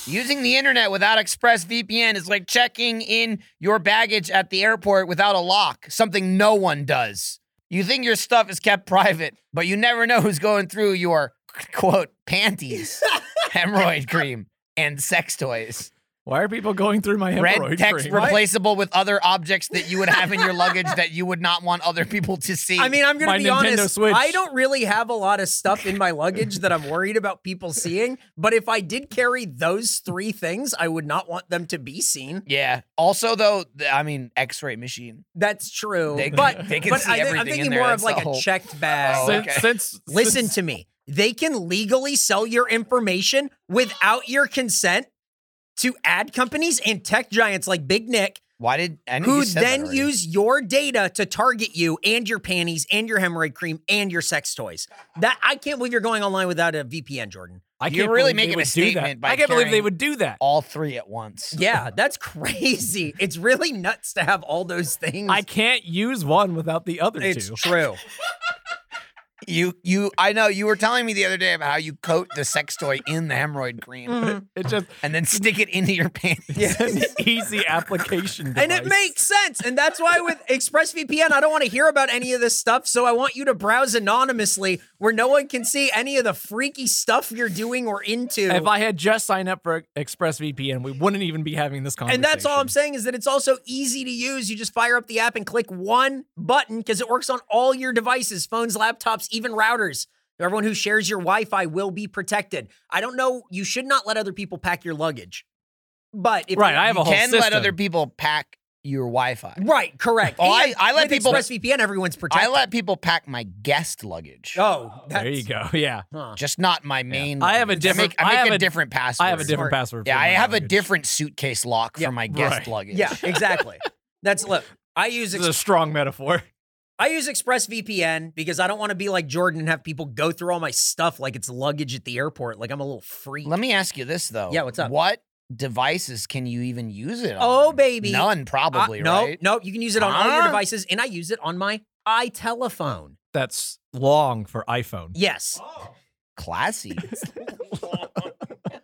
Using the internet without ExpressVPN is like checking in your baggage at the airport without a lock, something no one does. You think your stuff is kept private, but you never know who's going through your quote panties, hemorrhoid cream, and sex toys. Why are people going through my hemorrhoid Red text cream? replaceable with other objects that you would have in your luggage that you would not want other people to see. I mean, I'm gonna My be Nintendo honest. Switch. I don't really have a lot of stuff in my luggage that I'm worried about people seeing. But if I did carry those three things, I would not want them to be seen. Yeah. Also, though, th- I mean, X-ray machine. That's true. They can- but they can but see I, everything am in thinking there. more That's of like the a whole- checked bag. Oh, Since, okay. since, Listen since- to me. They can legally sell your information without your consent to ad companies and tech giants like Big Nick, Why did I know you who said that then already. use your data to target you and your panties and your hemorrhoid cream and your sex toys. That I can't believe you're going online without a VPN, Jordan. I can't You're really believe making they would a do that. statement by I can't believe they carrying- would do that. all three at once? Yeah, that's crazy. It's really nuts to have all those things. I can't use one without the other it's two. true. You, you. I know you were telling me the other day about how you coat the sex toy in the hemorrhoid cream Mm-hmm. It just and then stick it into your pants. it's an easy application. And it device. makes sense. And that's why with ExpressVPN, I don't want to hear about any of this stuff. So I want you to browse anonymously where no one can see any of the freaky stuff you're doing or into. If I had just signed up for ExpressVPN, we wouldn't even be having this and conversation. that's all I'm saying is that it's also easy to use. You just fire up the app and click one button because it works on all your devices phones, laptops, even routers. Everyone who shares your Wi Fi will be protected. I don't know. You should not let other people pack your luggage. But if Right, I have You a whole can system. let other people pack your Wi-Fi. Right, correct. Oh, I- And I let with people- ExpressVPN, everyone's protected. I let people pack my guest luggage. Oh, that's, There you go. Yeah, Huh. Just not my main. I have a luggage. different- I make, I I make have a, a- different password. I have a different Smart. password. Yeah, for I my have a language. different suitcase lock Yeah, for my guest right. luggage. Yeah, exactly. That's look. I use This is a Ex- strong metaphor. I use ExpressVPN because I don't want to be like Jordan and have people go through all my stuff like it's luggage at the airport. Like I'm a little freak. Let me ask you this though. Yeah, what's up? What devices can you even use it on? Oh, baby. None Uh, probably, no, right? no, you can use it on all your Huh? devices, and I use it on my iTelephone. That's long for iPhone. Yes, Classy.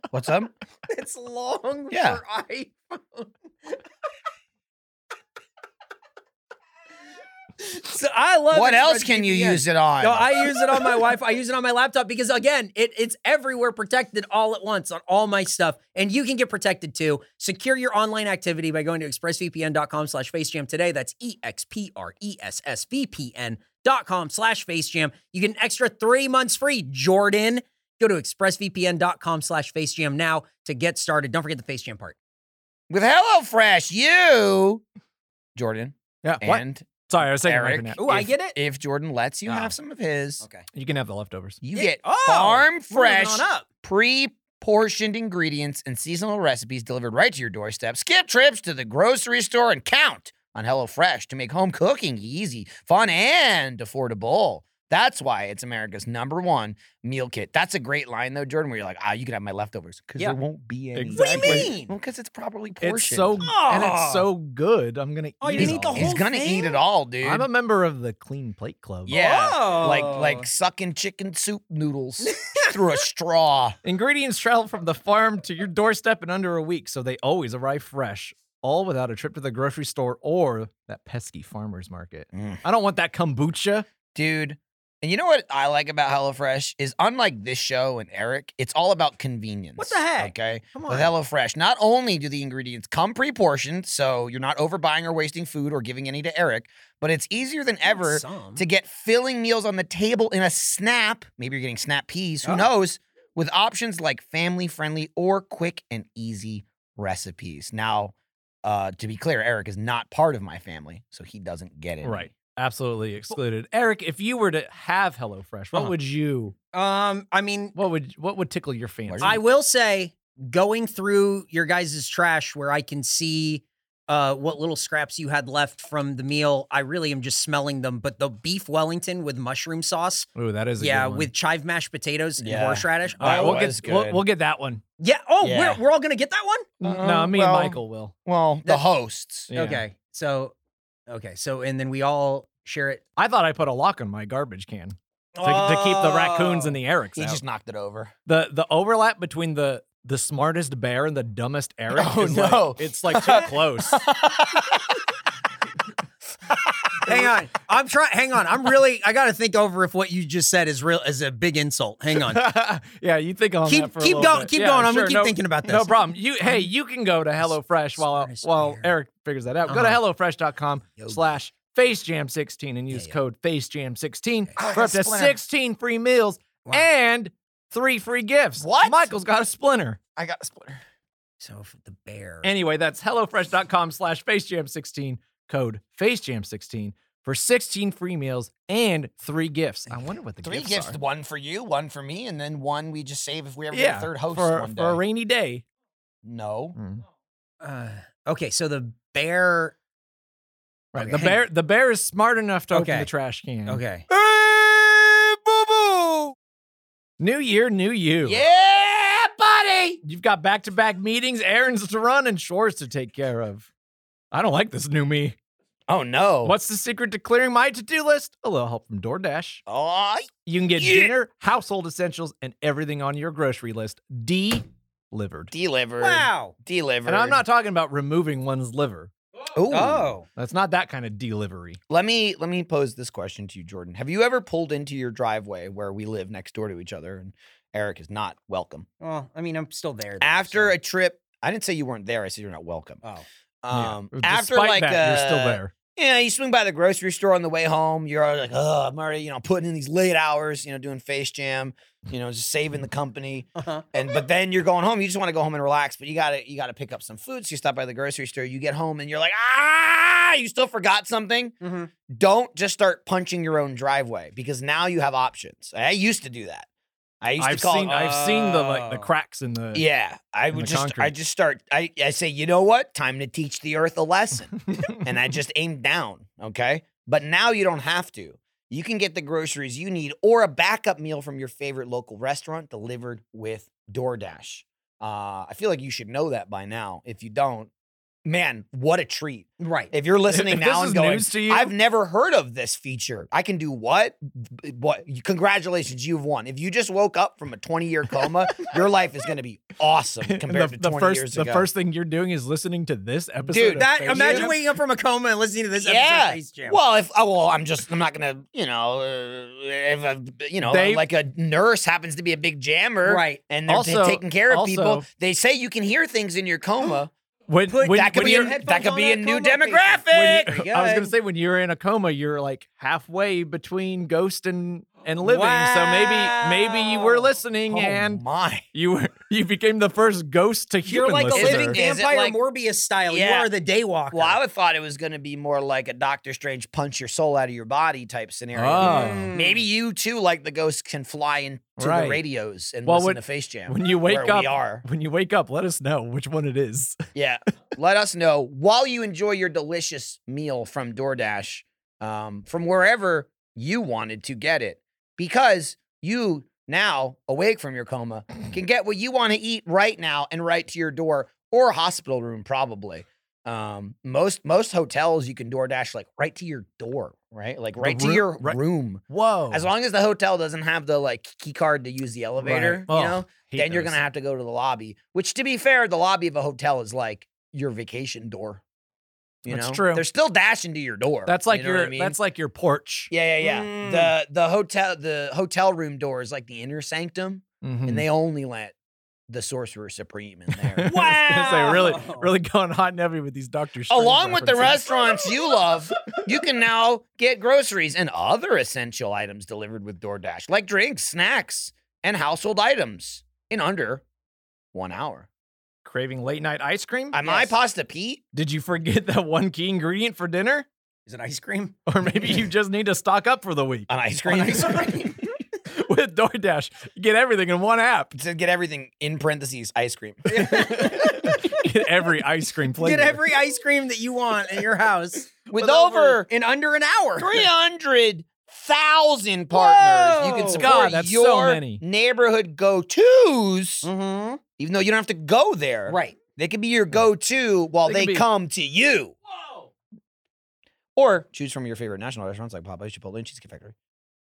what's up? it's long Yeah. for iPhone. so I love. what else can you ExpressVPN. use it on? No, I use it on my Wi-Fi. I use it on my laptop because again, it, it's everywhere protected all at once on all my stuff. And you can get protected too. Secure your online activity by going to expressvpn.com slash facejam today. That's E E-X-P-R-E-S-S-V-P-N dot com slash facejam. You get an extra three months free, Jordan. Go to expressvpn.com slash facejam now to get started. Don't forget the facejam part. With HelloFresh, you Jordan Yeah. What? and Sorry, I was saying my Eric. internet. Ooh, I if- get it. If Jordan lets you Ah. have some of his, Okay. You can have the leftovers. you Yeah. get Oh, farm We're moving fresh, on up. pre portioned ingredients and seasonal recipes delivered right to your doorstep. Skip trips to the grocery store and count on HelloFresh to make home cooking easy, fun, and affordable. That's why it's America's number one meal kit. That's a great line, though, Jordan, where you're like, ah, you can have my leftovers because Yeah. there won't be any. What do Exactly. you mean? Well, because it's properly portioned. It's so and it's so good. I'm gonna. Oh, you eat it can eat the all. whole He's gonna thing? eat it all, dude. I'm a Uh. member of the Clean Plate Club. yeah, Oh. like like sucking chicken soup noodles through a straw. Ingredients travel from the farm to your doorstep in under a week, so they always arrive fresh, all without a trip to the grocery store or that pesky farmer's market. Mm. I don't want that kombucha. dude. And you know what I like about HelloFresh is unlike this show and Eric, it's all about convenience. What the heck? Okay. Come With HelloFresh, not only do the ingredients come pre-portioned, so you're not overbuying or wasting food or giving any to Eric, but it's easier than ever Some. to get filling meals on the table in a snap. Maybe you're getting snap peas, who Oh. knows? With options like family-friendly or quick and easy recipes. Now, uh, to be clear, Eric is not part of my family, so he doesn't get it. Right. absolutely excluded. Eric, if you were to have HelloFresh, what Uh-huh. would you? Um, I mean, What would what would tickle your fancy? I will say going through your guys' trash where I can see uh, what little scraps you had left from the meal. I really am just smelling them, but the beef Wellington with mushroom sauce, Ooh, that is a yeah, good one. with chive mashed potatoes and Yeah. horseradish. all right, That Oh, we'll was get we'll, good. we'll get that one. yeah. Oh, Yeah. We're, we're all gonna get that one. no, Um, me well, and Michael will. Well, the That- hosts. Yeah. Uh-huh, Okay, so okay, so and then we all share it. I thought I put a lock on my garbage can to, to keep the raccoons and the Oh, Erics Oh. He out. just knocked it over. the the overlap between the the smartest bear and the dumbest Eric Oh, is no. like it's like too close. Hang on, I'm trying. Hang on, I'm really. I got to think over if what you just said is real is a big insult. Hang on. yeah, you think on Keep- that for a keep little going- bit. keep Yeah, going. I'm gonna sure, keep no- thinking about No this. problem. You hey, you can go to HelloFresh while Smartest while bear. Eric figures that out. Go to Uh-huh. HelloFresh.com Yogi. slash FaceJam16 and use yeah. code FaceJam16 Ah, I for got up to splinter. 16 free meals Wow. and three free gifts. What? Michael's got a splinter. I got a splitter. So if the bear. Anyway, that's HelloFresh.com slash FaceJam16, code FaceJam16 for 16 free meals and three gifts. I wonder what the Three gifts, gifts, are. one for you, one for me, and then one we just save if we ever get yeah, a third host for, one day. for a rainy day. no. Uh, okay, so the bear. Right. Okay, The hang on. bear the bear is smart enough to open Okay. the trash can. Okay. Hey, boo boo! New year, new you. Yeah, buddy! You've got back to back meetings, errands to run, and chores to take care of. I don't like this new me. Oh, no. What's the secret to clearing my to do list? A little help from DoorDash. Oh, You can get Yeah. dinner, household essentials, and everything on your grocery list delivered. delivered. Wow. Delivered. And I'm not talking about removing one's liver. Ooh. Oh. That's not that kind of delivery. Let me let me pose this question to you, Jordan. Have you ever pulled into your driveway where we live next door to each other and Eric is not welcome? Well, I mean, I'm still there. though, After so- a trip, I didn't say you weren't there, I said you're not welcome. Oh. Yeah. Um Despite after like that, you're still a- there. Yeah, you swing by the grocery store on the way home, you're already like, oh, I'm already, you know, putting in these late hours, you know, doing face jam, you know, just saving the company. Uh-huh. And but then you're going home, you just want to go home and relax, but you gotta you gotta pick up some food. So you stop by the grocery store, you get home and you're like, ah, you still forgot something. Mhm. don't just start punching your own driveway because now you have options. I used to do that. I used I've to call. uh, seen I've seen the like the Oh. cracks in the yeah, I in would the just I concrete. just start. I I say, you know what? Time to teach the earth a lesson, and I just aim down. Okay, but now you don't have to. You can get the groceries you need or a backup meal from your favorite local restaurant delivered with DoorDash. Uh, I feel like you should know that by now. If you don't, man, what a treat! Right. If you're listening If this now is and going, news to you- I've never heard of this feature. I can do what? B- What? Congratulations, you've won. If you just woke up from a 20 year coma, your life is going to be awesome And compared the, to 20 the first, years the ago. first thing you're doing is listening to this episode. of Dude, That Face imagine Jam. waking up from a coma and listening to this episode of yeah. Space Jam. Well, if oh, well, I'm just I'm not gonna you know uh, if a, you know They- like a nurse happens to be a big jammer Right. and they're t- Also- taking care of people. also- They say you can hear things in your coma. When, when, that could when be you're, a, headphones that could on be a that new coma patient. demographic. when Pretty you- I was good. gonna say when you're in a coma, you're like halfway between ghost and and living. So maybe maybe you were Wow. listening oh and my. you were you became the first ghost to human you're like listener. a living Is it vampire like- Morbius style. Yeah. You are the daywalker. Well, I would thought it was going to be more like a Doctor Strange punch your soul out of your body type scenario. Oh. Maybe you too, like the ghost, can fly into the Right. radios and Well, listen when- to Face Jam. when you wake where up, we are. when you wake up, let us know which one it is. Yeah, let us know while you enjoy your delicious meal from DoorDash, um, from wherever you wanted to get it, because you now awake from your coma can get what you want to eat right now and right to your door or hospital room probably. Um, most most hotels you can DoorDash like right to your door, right? Like right to room- your right- Oh. room. Whoa! As long as the hotel doesn't have the like key card to use the elevator, Oh, you know, hate then you're those. gonna have to go to the lobby. Which, to be fair, the lobby of a hotel is like your vacation door. You That's know? true. They're still dashing to your door. That's like you know what your I mean? that's like your porch. yeah, yeah, yeah. Mm. The the hotel the hotel room door is like the inner sanctum, Mhm. and they only let the sorcerer supreme in there. I was gonna say, Wow. really, really going hot and heavy with these Doctor. Strange Along with the references. restaurants you love, you can now get groceries and other essential items delivered with DoorDash, like drinks, snacks, and household items in under one hour. craving late night ice cream. Am I Yes. Pasta Pete? Did you forget that one key ingredient for dinner? Is it ice cream? Or maybe you just need to stock up for the week on ice cream. ice cream. with DoorDash. You get everything in one app. to get everything in parentheses, ice cream. Get every ice cream flavor. Get every ice cream that you want in your house With over in under an hour. 300,000 partners Whoa. you can support God, that's so your many. neighborhood go-tos, Mm-hmm. even though you don't have to go there. Right. They can be your go-to while They they, can be- come to you. Or choose from your favorite national restaurants like Popeye's, Chipotle, and Cheesecake Factory.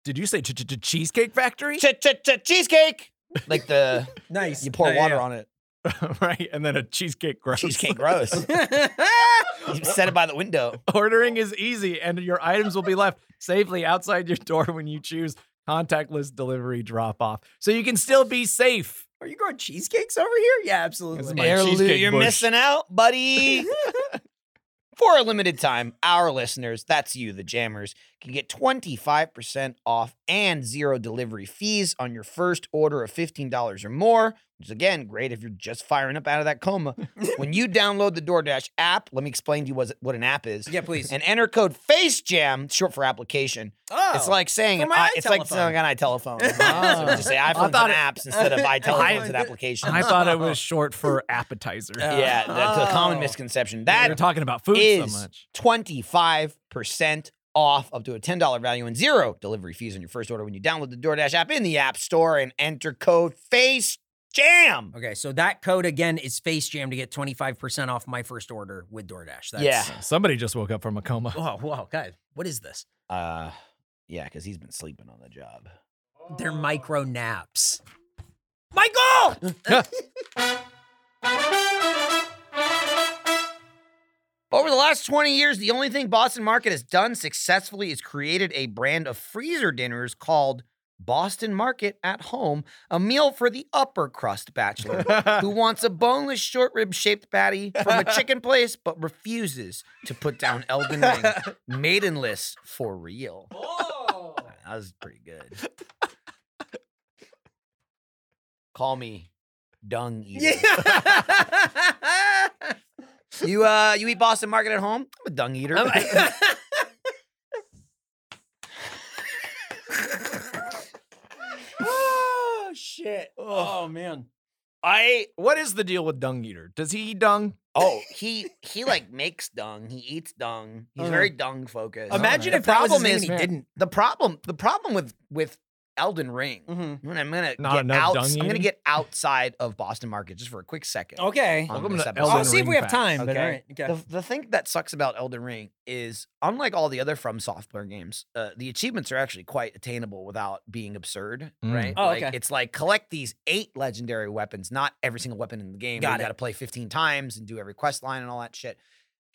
Did you say ch- ch- ch- Cheesecake Factory? Cheesecake! Like the, Nice. you pour Yeah, water yeah. on it. right, and then a cheesecake gross. Cheesecake gross. you set it by the window. Ordering is easy, and your items will be left safely outside your door when you choose contactless delivery drop off. So you can still be safe. Are you growing cheesecakes over here? Yeah, absolutely. That's my Heirloom, cheesecake you're bush. missing out, buddy. For a limited time, our listeners, that's you, the jammers, can get 25% off and zero delivery fees on your first order of $15 or more, which is again great if you're just firing up out of that coma. when you download the DoorDash app, let me explain to you what, what an app is. Yeah, please. And enter code FACEJAM, short for application. oh, It's like saying For an my i- iTelephone. it's like saying an iTelephone. so just say I iPhones and thought it- apps instead of iTelephones and applications. I thought it was short for appetizer. Yeah, that's a common Oh. misconception. we Uh, That are talking about food is so much. 25% off up to a $10 value and zero delivery fees on your first order when you download the DoorDash app in the App Store and enter code FACEJAM. Okay, so that code again is Face Jam to get 25% off my first order with DoorDash. That's, Yeah. Somebody just woke up from a coma. Wow, wow, God, what is this? Uh, yeah, because he's been sleeping on the job. They're micro naps. Michael! Over the last 20 years, the only thing Boston Market has done successfully is created a brand of freezer dinners called Boston Market at Home, a meal for the upper crust bachelor who wants a boneless short rib shaped patty from a chicken place but refuses to put down Elden Ring. Maidenless for real. That was pretty good. Call me Dung Eater. You uh you eat Boston Market at home? I'm a dung eater. oh, shit. Oh, man. I What is the deal with dung eater? Does he eat dung? Oh, he he like makes dung. He eats dung. He's Uh-huh. very dung focused. Imagine the if Uh-huh. that was his problem name is and he didn't. the problem the problem with with Elden Ring. Mm-hmm. when I'm gonna Not get enough out, dung I'm gonna eating? get outside of Boston Market just for a quick second. Okay. on Welcome this to episode. Elden I'll see if Ring we have facts. time, but Okay. all right. Uh, Okay. The, the thing that sucks about Elden Ring is, unlike all the other From Software games, uh, the achievements are actually quite attainable without being absurd, Mm. right? Oh, like, okay. It's like collect these eight legendary weapons, not every single weapon in the game. but Got you got to play 15 times and do every quest line and all that shit.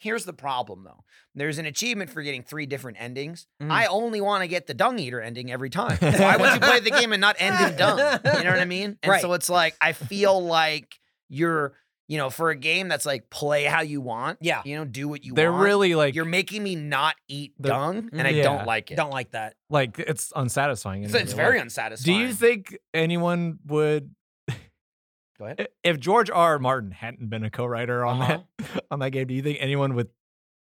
Here's the problem, though. There's an achievement for getting three different endings. Mm. I only want to get the dung eater ending every time. Why would you play the game and not end in dung? You know what I mean? And Right. so it's like I feel like you're, you know, for a game that's like play how you want. Yeah. You know, do what you Ah, They're want. really like you're making me not eat They're- dung, and I Yeah. don't like it. Don't like that. like it's unsatisfying. in It's, a it's way. very Like, Do unsatisfying. you think anyone would Go ahead. i- if George R. R. Martin hadn't been a co-writer on Uh-huh. that on that game, do you think anyone would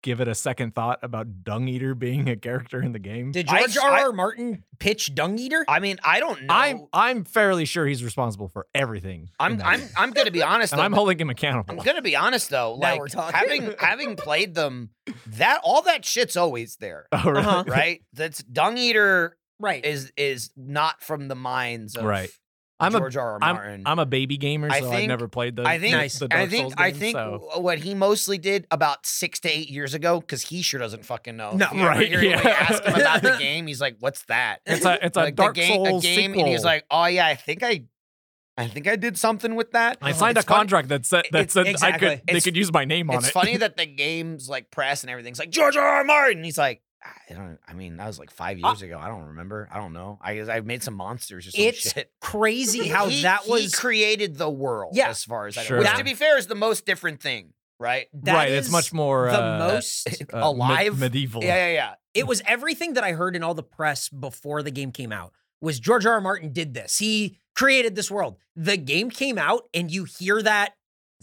give it a second thought about Dung Eater being a character in the game? Did I- George R. R. Martin pitch Dung Eater? I mean, I don't know. I'm I'm fairly sure he's responsible for everything. in I'm that I'm game. I'm gonna be honest. and though, I'm holding him I'm accountable. gonna be honest though. Now Like we're talking. having having played them, that all that shit's always there, Oh, really? Uh-huh. right? That's dung eater right. is is not from the minds of Right. I'm a George R. R. Martin. am I'm a baby gamer, so I I have think- never played the. I think the- the I Dark think Souls I games, think so. w- what he mostly did about six to eight years ago, because he sure doesn't fucking know. No, If you ever right, hear anybody yeah. ask him about the game, he's like, "What's that?" It's a it's a like Dark the game, Souls a game, sequel. and he's like, "Oh yeah, I think I, I think I did something with that." I "Oh, signed It's a funny- contract that said that It's- said exactly. I could they It's- could use my name on It's it. funny that the game's like press and everything's like George R. R. Martin. He's like, I don't. I mean, that was like five Uh, years ago. I don't remember. I don't know. I I made some monsters or some it's shit. crazy how He- that he was. created the world. Yeah. as far as I know, Sure. which That- to be fair is the most different thing, right? that right, it's is much more the uh, most. uh, me- alive. medieval. Yeah, yeah, yeah. It was everything that I heard in all the press before the game came out. Was George R. R. Martin did this? He created this world. The game came out, and you hear that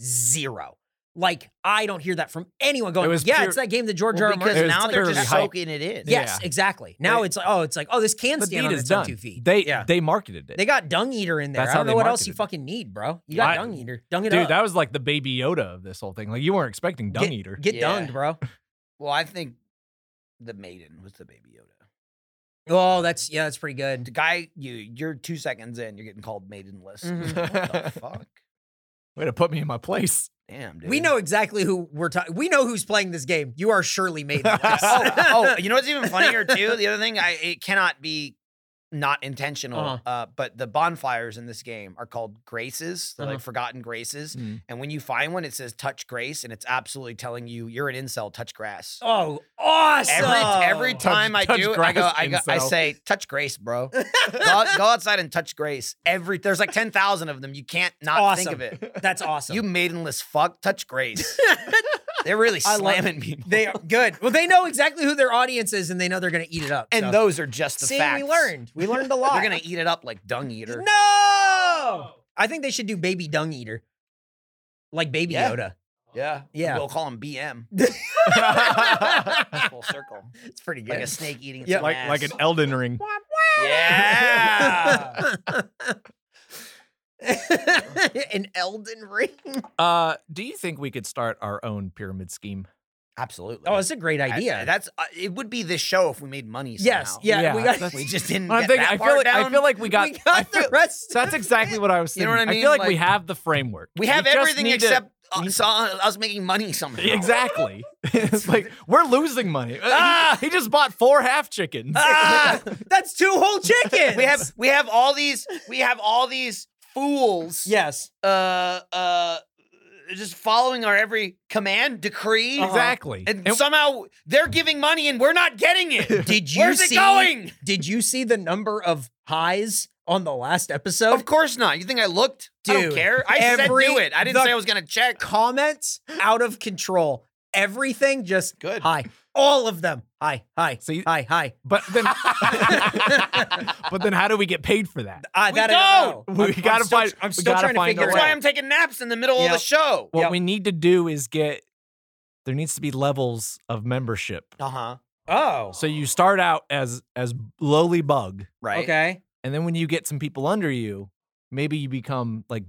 zero. Like I don't hear that from anyone going, was yeah, pure- it's that game that George Well, R. R. because Martin. It's now they're clearly just hype. soaking it in. Yes, Yeah. exactly. Now They- it's like, oh, it's like, oh, this can The stand beat on is its done. own two feet. They yeah. they marketed it. They got Dung Eater in there. That's I how don't know they what else marketed you it. fucking need, bro. You got I- Dung Eater. Dung it Dude, up. that was like the baby Yoda of this whole thing. Like you weren't expecting Dung Eater. Get Yeah. dunged, bro. Well, I think the maiden was the baby Yoda. Oh, that's yeah, that's pretty The good. guy, you you're two seconds in, you're getting called maidenless. what the fuck? Way to put me in my place. Damn, dude. We know exactly who we're talking. We know who's playing this game. You are surely made. oh, oh, you know what's even funnier too? The other thing, I it cannot be not intentional. uh Uh-huh. but the bonfires in this game are called graces, they're like Uh-huh. forgotten graces. Mm. And when you find one, it says touch grace, and it's absolutely telling you you're an incel. Touch grass. Oh, awesome! Every, every time I touch do, it, I go, grass, I go, I incel. say, touch grace, bro. go, out- go outside and touch grace. Every there's like ten thousand of them. You can't not think of Awesome. it. that's awesome. You maidenless fuck, touch grace. They're really I love- slamming people. they are good. Well, they know exactly who their audience is, and they know they're going to eat it up. and so. those are just the see, facts. we learned. We learned a lot. They're gonna eat it up like dung eater. No, I think they should do baby dung eater, like baby Yeah. Yoda. Yeah, Yeah. We'll call him BM. Full circle, it's pretty good. like a snake eating. Yeah. its own Like like an ass. Elden Ring. Yeah. An Elden Ring. Uh, do you think we could start our own pyramid scheme? Absolutely. Oh, it's a great I- idea. that's uh, it. Would be this show if we made money. yes. somehow. Yeah. Yeah, we got, that's- We just didn't. I'm get thinking. that I feel part like I down. feel like we got. we got I feel- the rest. so that's exactly what I was You thinking. know what I mean? feel like, we Like- have the framework. we have just everything need to- except uh, so- us making money somehow. Exactly. it's like we're losing money. Uh, he- Ah! he, just bought four half chickens. Ah, that's two whole chickens. We have we have all these we have all these fools. yes. Uh, uh, just following our every command decree. Exactly. And, Uh-huh. And- somehow they're giving money and we're not getting it. Did you Where's see? it going? Did you see the number of highs on the last episode? Of course not. You think I looked? I don't Dude, care. I every- said do it. I didn't the- say I was gonna check. Comments out of control. Everything just Good. Hi, all of them. Hi, hi, See- hi, hi. but then, but then, how do we get paid for that? I, We that I don't don't. know. We I'm- I'm gotta still- find- I'm we still gotta trying to find a figure it That's way. why out. I'm taking naps in the middle of Yep. the show. What Yep. we need to do is get. There needs to be levels of membership. Uh huh. Oh, So you start out as as lowly bug, Right. okay. and then when you get some people under you, maybe you become like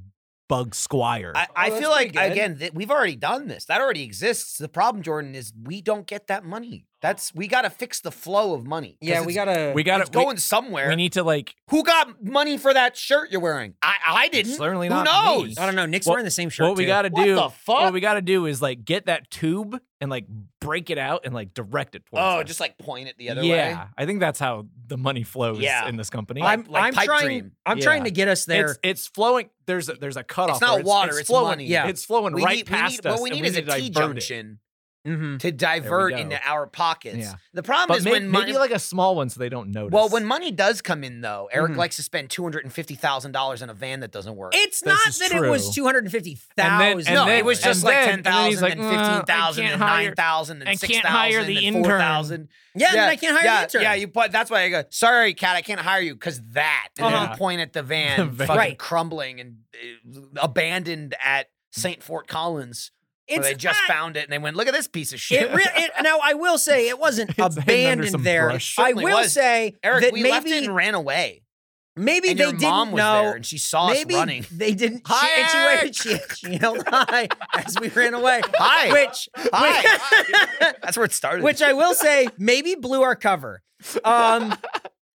bug squire. I, I Oh, feel that's like pretty good. again that we've already done this. That already exists. The problem, Jordan, is we don't get that money. That's we got to fix the flow of money. 'cause Yeah, we it's- gotta. we got It's to going somewhere. We need to like Who got money for that shirt you're wearing? I I didn't. certainly Who not knows? me. I don't know. Nick's What- wearing the same shirt. what we too. got to What do. the fuck? What we got to do is like get that tube and like break it out and like direct it towards. Oh, us. just like point it the other yeah. way. I think that's how the money flows Yeah. in this company. Like- I'm, like I'm pipe trying. dream. I'm Yeah. trying to get us there. It's it's flowing. There's a, there's a cutoff. not where water, It's, it's flowing, money. Yeah. It's flowing We right need- we need- past us. What we and need is a to T divert it. junction Mhm. to divert go. into our pockets. Yeah. The problem But is may- when money. maybe like a small one so they don't notice. well, when money does come in, though, Eric Mhm. likes to spend two hundred and fifty thousand dollars on a van that doesn't work. It's This not is that it was true. two hundred and fifty And then- thousand. and no, then- it was just and like "Mm, then- ten and then he's thousand, like, and "Uh, I fifteen thousand, can't and hire- nine thousand, I and six can't hire thousand, the and intern." four thousand. yeah, then I can't hire yeah, an intern. Yeah, you put. That's why I go. Sorry, cat, I can't hire you because that. And then Uh-huh. you point at the van, van. fucking Right. crumbling and uh, abandoned at Saint Fort Collins, where it's they just I- found it, and they went, "Look at this piece of shit." It, re- it now I will say it wasn't It's hidden under abandoned some there. brush. I Certainly will was. say Eric, that we maybe left it and ran away. maybe and they your didn't mom was know. there, and she saw maybe us running. they didn't. She, Hi, and she, Eric. waited- she, she yelled hi as we ran away. Hi. which Hi. That's where it started. which I will say maybe blew our cover. Um,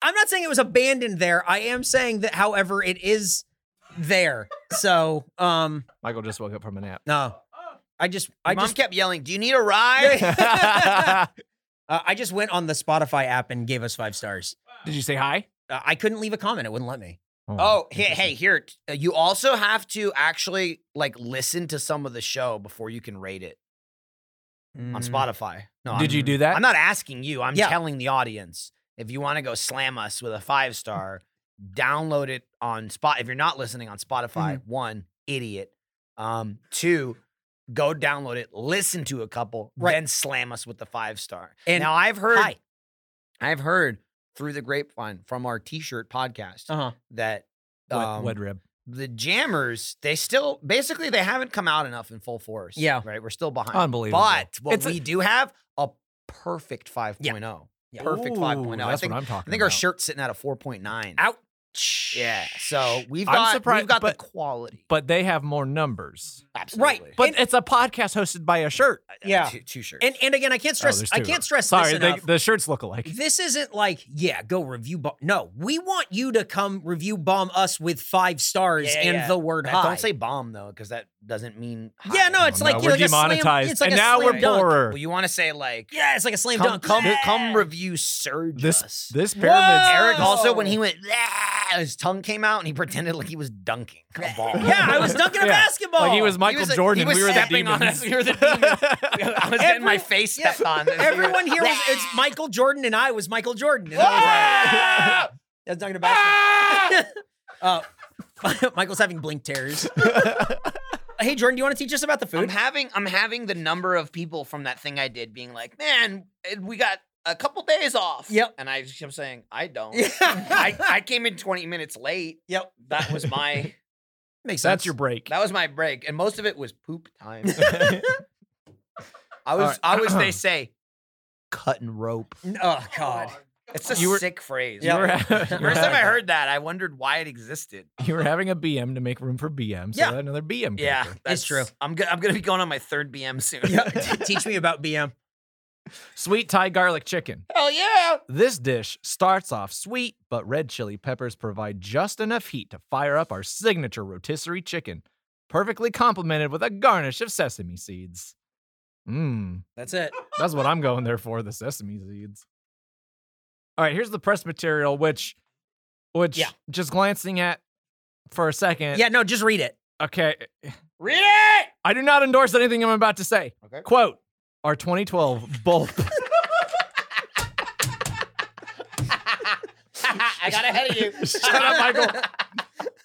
I'm not saying it was abandoned there. I am saying that, however, it is there. So um, Michael just woke up from a nap. no, I just I mom just kept yelling, "Do you need a ride?" uh, I just went on the Spotify app and gave us five stars. Did you say hi? Uh, I couldn't leave a comment; it wouldn't let me. Oh, hey, hey, here. t- uh, You also have to actually like listen to some of the show before you can rate it Mm. on Spotify. No, Did I'm, you do that? I'm not asking you. I'm Yeah. telling the audience. If you want to go slam us with a five star, download it on spot. If you're not listening on Spotify, one idiot. Um, two, go download it, listen to a couple, Right. then slam us with the five star. And now I've heard, hi. I've heard through the grapevine from our T-shirt podcast Uh huh. that Wed- um, Wed rib. the jammers, they still basically they haven't come out enough in full force. Yeah. Right. We're still behind. Unbelievable. But what It's a- we do have a perfect 5.0. Yeah. Perfect Ooh, 5.0. I That's think what I'm I talking think about. our shirt's sitting at a 4.9. Ouch. Yeah. So we've I'm got surprised- we've got the but- quality. but they have more numbers. Absolutely. But And- it's a podcast hosted by a shirt. Yeah. Two, two shirts. And and again, I can't Oh, stress there's I two. can't stress Sorry, this they- enough. the shirts look alike. this isn't like, yeah, go review bomb. No, we want you to come review bomb us with five stars Yeah, and yeah. the word That- high. don't say bomb though, because that doesn't mean high. yeah, no, it's no, like we're like a slam- demonetized, it's like and a now slam we're dunk. poorer. Well, you want to say like Yeah, it's like a slam come dunk. come, Yeah. come review Surge This- us. This pyramid. Eric also Oh. when he went "Ah," his tongue came out and he pretended like he was dunking a ball. yeah, I was dunking a Yeah. basketball. Like he was Michael was- Jordan. he was we were the stepping on demons. us. We were the demons. I was getting my Every- face yeah. stepped on. Everyone here was it's Michael Jordan and I was Michael Jordan. And I was Ah! That's not gonna back. uh, Michael's having blink tears. hey Jordan, do you want to teach us about the I'm food? having I'm having the number of people from that thing I did being like, man, eh, we got a couple days off. Yep. And I just kept saying, I don't. Yeah. I, I came in 20 minutes late. yep, That was my makes sense. That's your break. that was my break, and most of it was poop time. I was right. I was Uh-huh. they say cutting rope. oh God. It's a You were- sick phrase. You were, you were First time I having, heard that, I wondered why it existed. you were having a BM to make room for BM. So Yeah. another BM. Yeah, character. that's true. I'm go- I'm gonna be going on my third BM soon. Yeah, teach me about BM. Sweet Thai garlic chicken. Hell yeah! This dish starts off sweet, but red chili peppers provide just enough heat to fire up our signature rotisserie chicken, perfectly complemented with a garnish of sesame seeds. Mmm, That's it. that's what I'm going there for, the sesame seeds. All right, here's the press material, which, which Yeah. just glancing at for a second. Yeah, no, just read it. Okay, Read it. I do not endorse anything I'm about to say. Okay. Quote, our 2012 bulk. I got ahead of you. Shut up, Michael.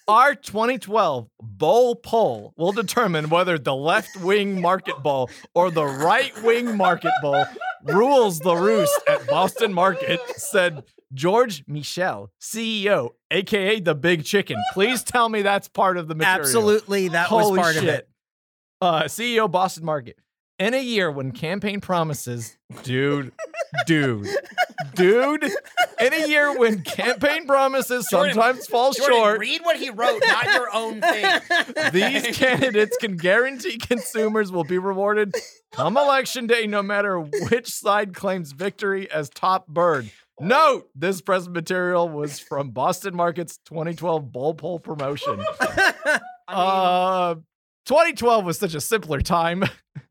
Our 2012 bowl poll will determine whether the left wing market bowl or the right wing market bowl rules the roost at Boston Market, said George Michel, E CEO, aka the Big Chicken. Please tell me that's part of the material. Absolutely, that Holy was part shit. of it. Uh, CEO Boston Market. In a year when campaign promises, dude, dude, dude, in a year when campaign promises Jordan, sometimes fall Jordan, short, Read what he wrote, not your own thing. these candidates can guarantee consumers will be rewarded come election day, no matter which side claims victory as top bird. Note this press material was from Boston Market's 2012 bull poll promotion. Uh, 2012 was such a simpler time.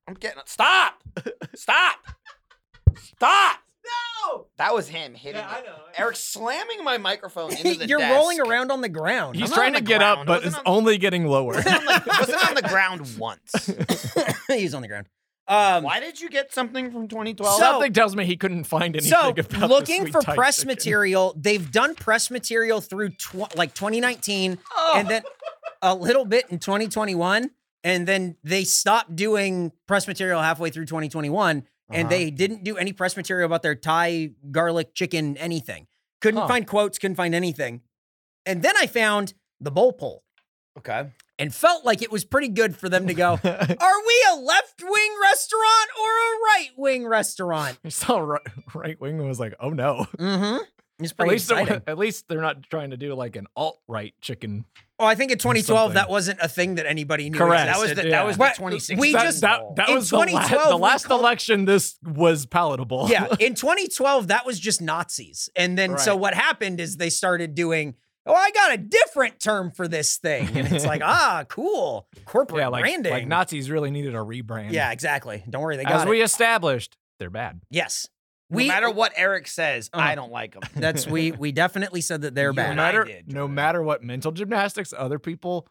I'm getting it. Stop! Stop! Stop! No! That was him hitting. it. Eric slamming my microphone into the You're desk. rolling around on the ground. not He's on trying to the get up, ground. but Wasn't it's on- only getting lower. Wasn't on the ground once. He's on the ground. Um, Why did you get something from 2012? So- Something tells me he couldn't find anything so about the looking sweet for Thai press chicken. material, they've done press material through tw- like 2019, and then a little bit in 2021, and then they stopped doing press material halfway through 2021, Uh-huh. and they didn't do any press material about their Thai garlic chicken anything. Couldn't Huh. find quotes, couldn't find anything, and then I found the bowl poll. okay. and felt like it was pretty good for them to go, are we a left wing restaurant or a right wing restaurant? I saw right, right wing and was like, oh no. Mm-hmm. It's At pretty least, it wa- exciting. at least they're not trying to do like an alt right chicken. Oh, I think in 2012 something. that wasn't a thing that anybody knew. Correct. existed. That was the, Yeah. that was But the 2016. we that, just- that, that in was the, la- 2012 the we last called- election. This was palatable. yeah, in 2012 that was just Nazis, and then so Right. what happened is they started doing. Oh, I got a different term for this thing, and it's like ah, cool corporate yeah, like, branding. like Nazis really needed a rebrand. yeah, exactly. Don't worry, they got as it. we established, they're bad. yes, no we. matter what Eric says, Uh-huh. I don't like him. that's we we definitely said that they're You bad. and No matter, did, no Jordan. matter what mental gymnastics other people.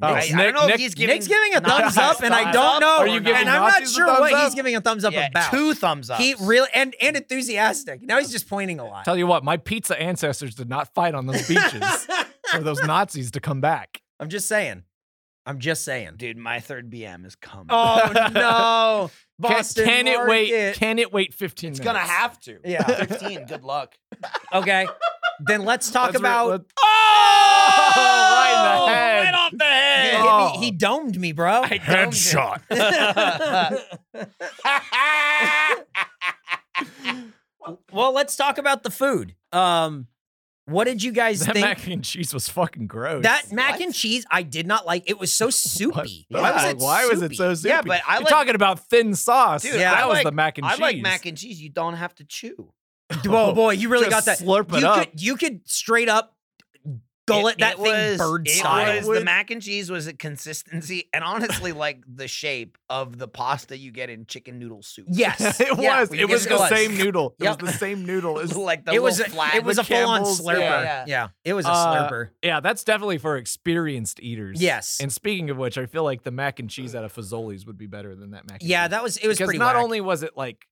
I, Oh, I Nick- don't know Nick- if he's giving. Nick's giving a Nazis thumbs up, and I thumbs don't up know. or Are you not. giving and I'm not Nazis a sure thumbs what up? he's giving a thumbs up Yeah, about. two thumbs up? he really and and enthusiastic. Now he's just pointing a lot. Tell you what, my pizza ancestors did not fight on those beaches for those Nazis to come back. I'm just saying. I'm just saying. Dude, my third BM is coming. Oh no, Can- Boston. can, it wait? Market. Can it wait 15 it's minutes? gonna have to. Yeah. 15. Good luck. okay, then let's talk Let's re- about. let- Oh! right in the head. Right off the Eh, He hit head. me- Oh. He domed me, bro. Headshot. well, let's talk about the food. Um, what did you guys That think? mac and cheese was fucking gross. that mac and cheese, I did not like. It was so soupy. What? Why was Like, it why was it soupy? so soupy? Yeah, but I You're like- talking about thin sauce. Dude, Yeah. that I was like- the mac and I cheese. like mac and cheese. You don't have to chew. Whoa, boy, you really Just got that. slurp it you up. could you could straight up gullet It- that it thing was- bird it style. was- the mac and cheese was a consistency and honestly like the shape of the pasta you get in chicken noodle soup. yes. it Yeah, was. we It can was get the it. same noodle. It Yep. was the same noodle. It was- like the It was, little a, flat. it was the a full-on Campbell's- slurper. Yeah, yeah. it was a Uh, slurper. yeah, that's definitely for experienced eaters. Yes. And speaking of which, I feel like the mac and cheese out of Fazoli's would be better than that mac. And Yeah, cheese. that was it was because pretty not whack. only was it like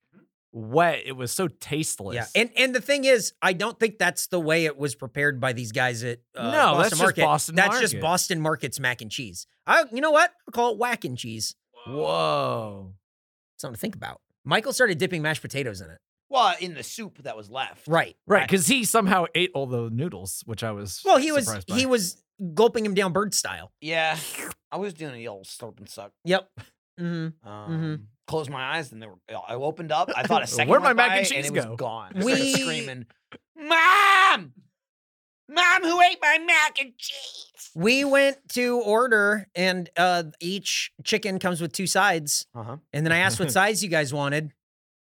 wet, it was so tasteless. Yeah, and and the thing is, I don't think that's the way it was prepared by these guys at uh, No, Boston that's just Market. Boston that's just Market. Boston Market's mac and cheese. I, you know what? I call it whack and cheese. whoa. Something to think about. Michael started dipping mashed potatoes in it. Well, in the soup that was left. Right, Right, because he somehow ate all the noodles, which I was. Well, he was surprised by. he was gulping him down bird style. Yeah. I was doing the old slurp and suck. Yep. hmm Mm-hmm. Um, Closed my eyes, and they were. uh, I opened up. I thought a second. Where'd my went mac by, and cheese it go? Was gone. I started We- screaming, "Mom! Mom, who ate my mac and cheese?" We went to order, and uh, each chicken comes with two sides. Uh Uh-huh. huh. And then I asked what sides you guys wanted.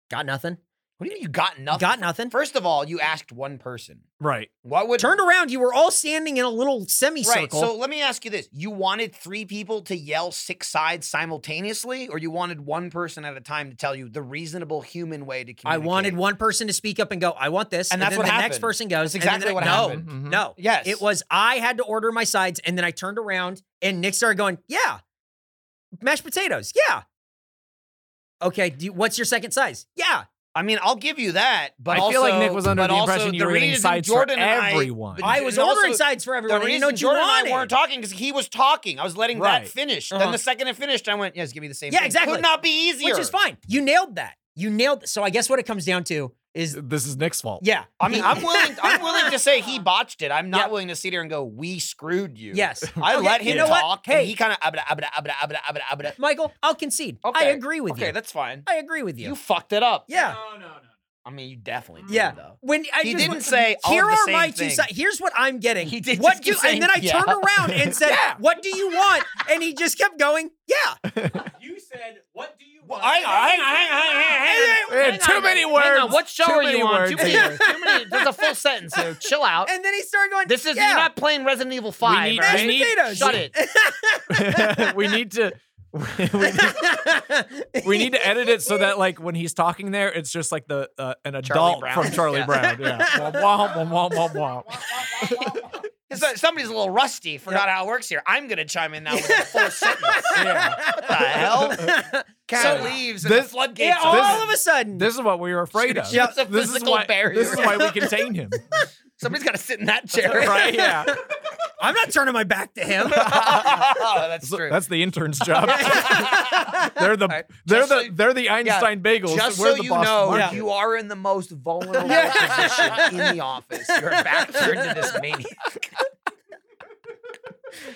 Got nothing. What do you mean you got nothing? Got nothing. First of all, you asked one person. right. What would Turned around, you were all standing in a little semicircle. Right. So let me ask you this: You wanted three people to yell six sides simultaneously, or you wanted one person at a time to tell you the reasonable human way to I communicate? wanted one person to speak up and go, I want this. And that's then what the next happened. person goes. That's and then exactly the- what no, happened. Mm-hmm. Mhm. No. Yes. It was I had to order my sides and then I turned around and Nick started going, Yeah. Mashed potatoes. Yeah. Okay. Do you, what's your second size? Yeah. I mean, I'll give you that, but I feel like also- Nick was under but the also impression you the were getting reason sides Jordan for and I- everyone. but- I was And also, ordering sides for everyone. the and you reason know what you Jordan wanted. and I weren't talking because he was talking. I was letting Right. that finish. Uh-huh. Then the second it finished, I went, "Yes, give me the same." Yeah, thing." exactly. Could not be easier. which is fine. You nailed that. You nailed. So I guess what it comes down to is, This is Nick's fault. yeah. I mean, I'm willing. I'm willing to say he botched it. I'm not Yeah. willing to sit here and go, "We screwed you." Yes. I Okay, let you him know what? talk, Hey. and he kind of abda abda abda abda abda abda. Michael, I'll concede. I Okay. agree with Okay, you. that's fine. I agree with you. You fucked it up. yeah. I mean, you definitely did, Yeah. though. When I He just- didn't say all here of the are same my two thing. sides. Here's what I'm getting. He did what just do keep saying, and then I "Yeah." turned around and said, "What do you want?" And he just kept going, Uh, "Yeah." You said, what do you Well, want? hang on, hang on, hang on, hang on, hang on. Man, too many words. Hang on, what show Too are many you on? Too words many, here. too many. There's a full sentence here. Chill out. And then he started going, This is yeah. you're not playing Resident Evil Five. need- all mashed right? I need- potatoes. Shut it. we need to. We need, we need to edit it so that like when he's talking there, it's just like the uh, an Charlie adult Brown. from Charlie Yeah. Brown. Yeah. Womp, womp, womp, womp, womp, womp. So- uh, Somebody's a little rusty. Forgot how it works here. I'm gonna chime in now with a full sentence. Yeah. What the hell? Cat So, leaves this- floodgates. Yeah, all this- of a sudden. This is what we were afraid of. Yep. It's a This is physical why. barrier. This is why we contain him. Somebody's got to sit in that chair. Oh, Right? Yeah. I'm not turning my back to him. that's So true. that's the intern's job. they're the right. they're Just the so- they're the Einstein bagels. Just We're so the you Boston know, Market. you are in the most vulnerable Yeah. position in the office. You're back turned to this maniac.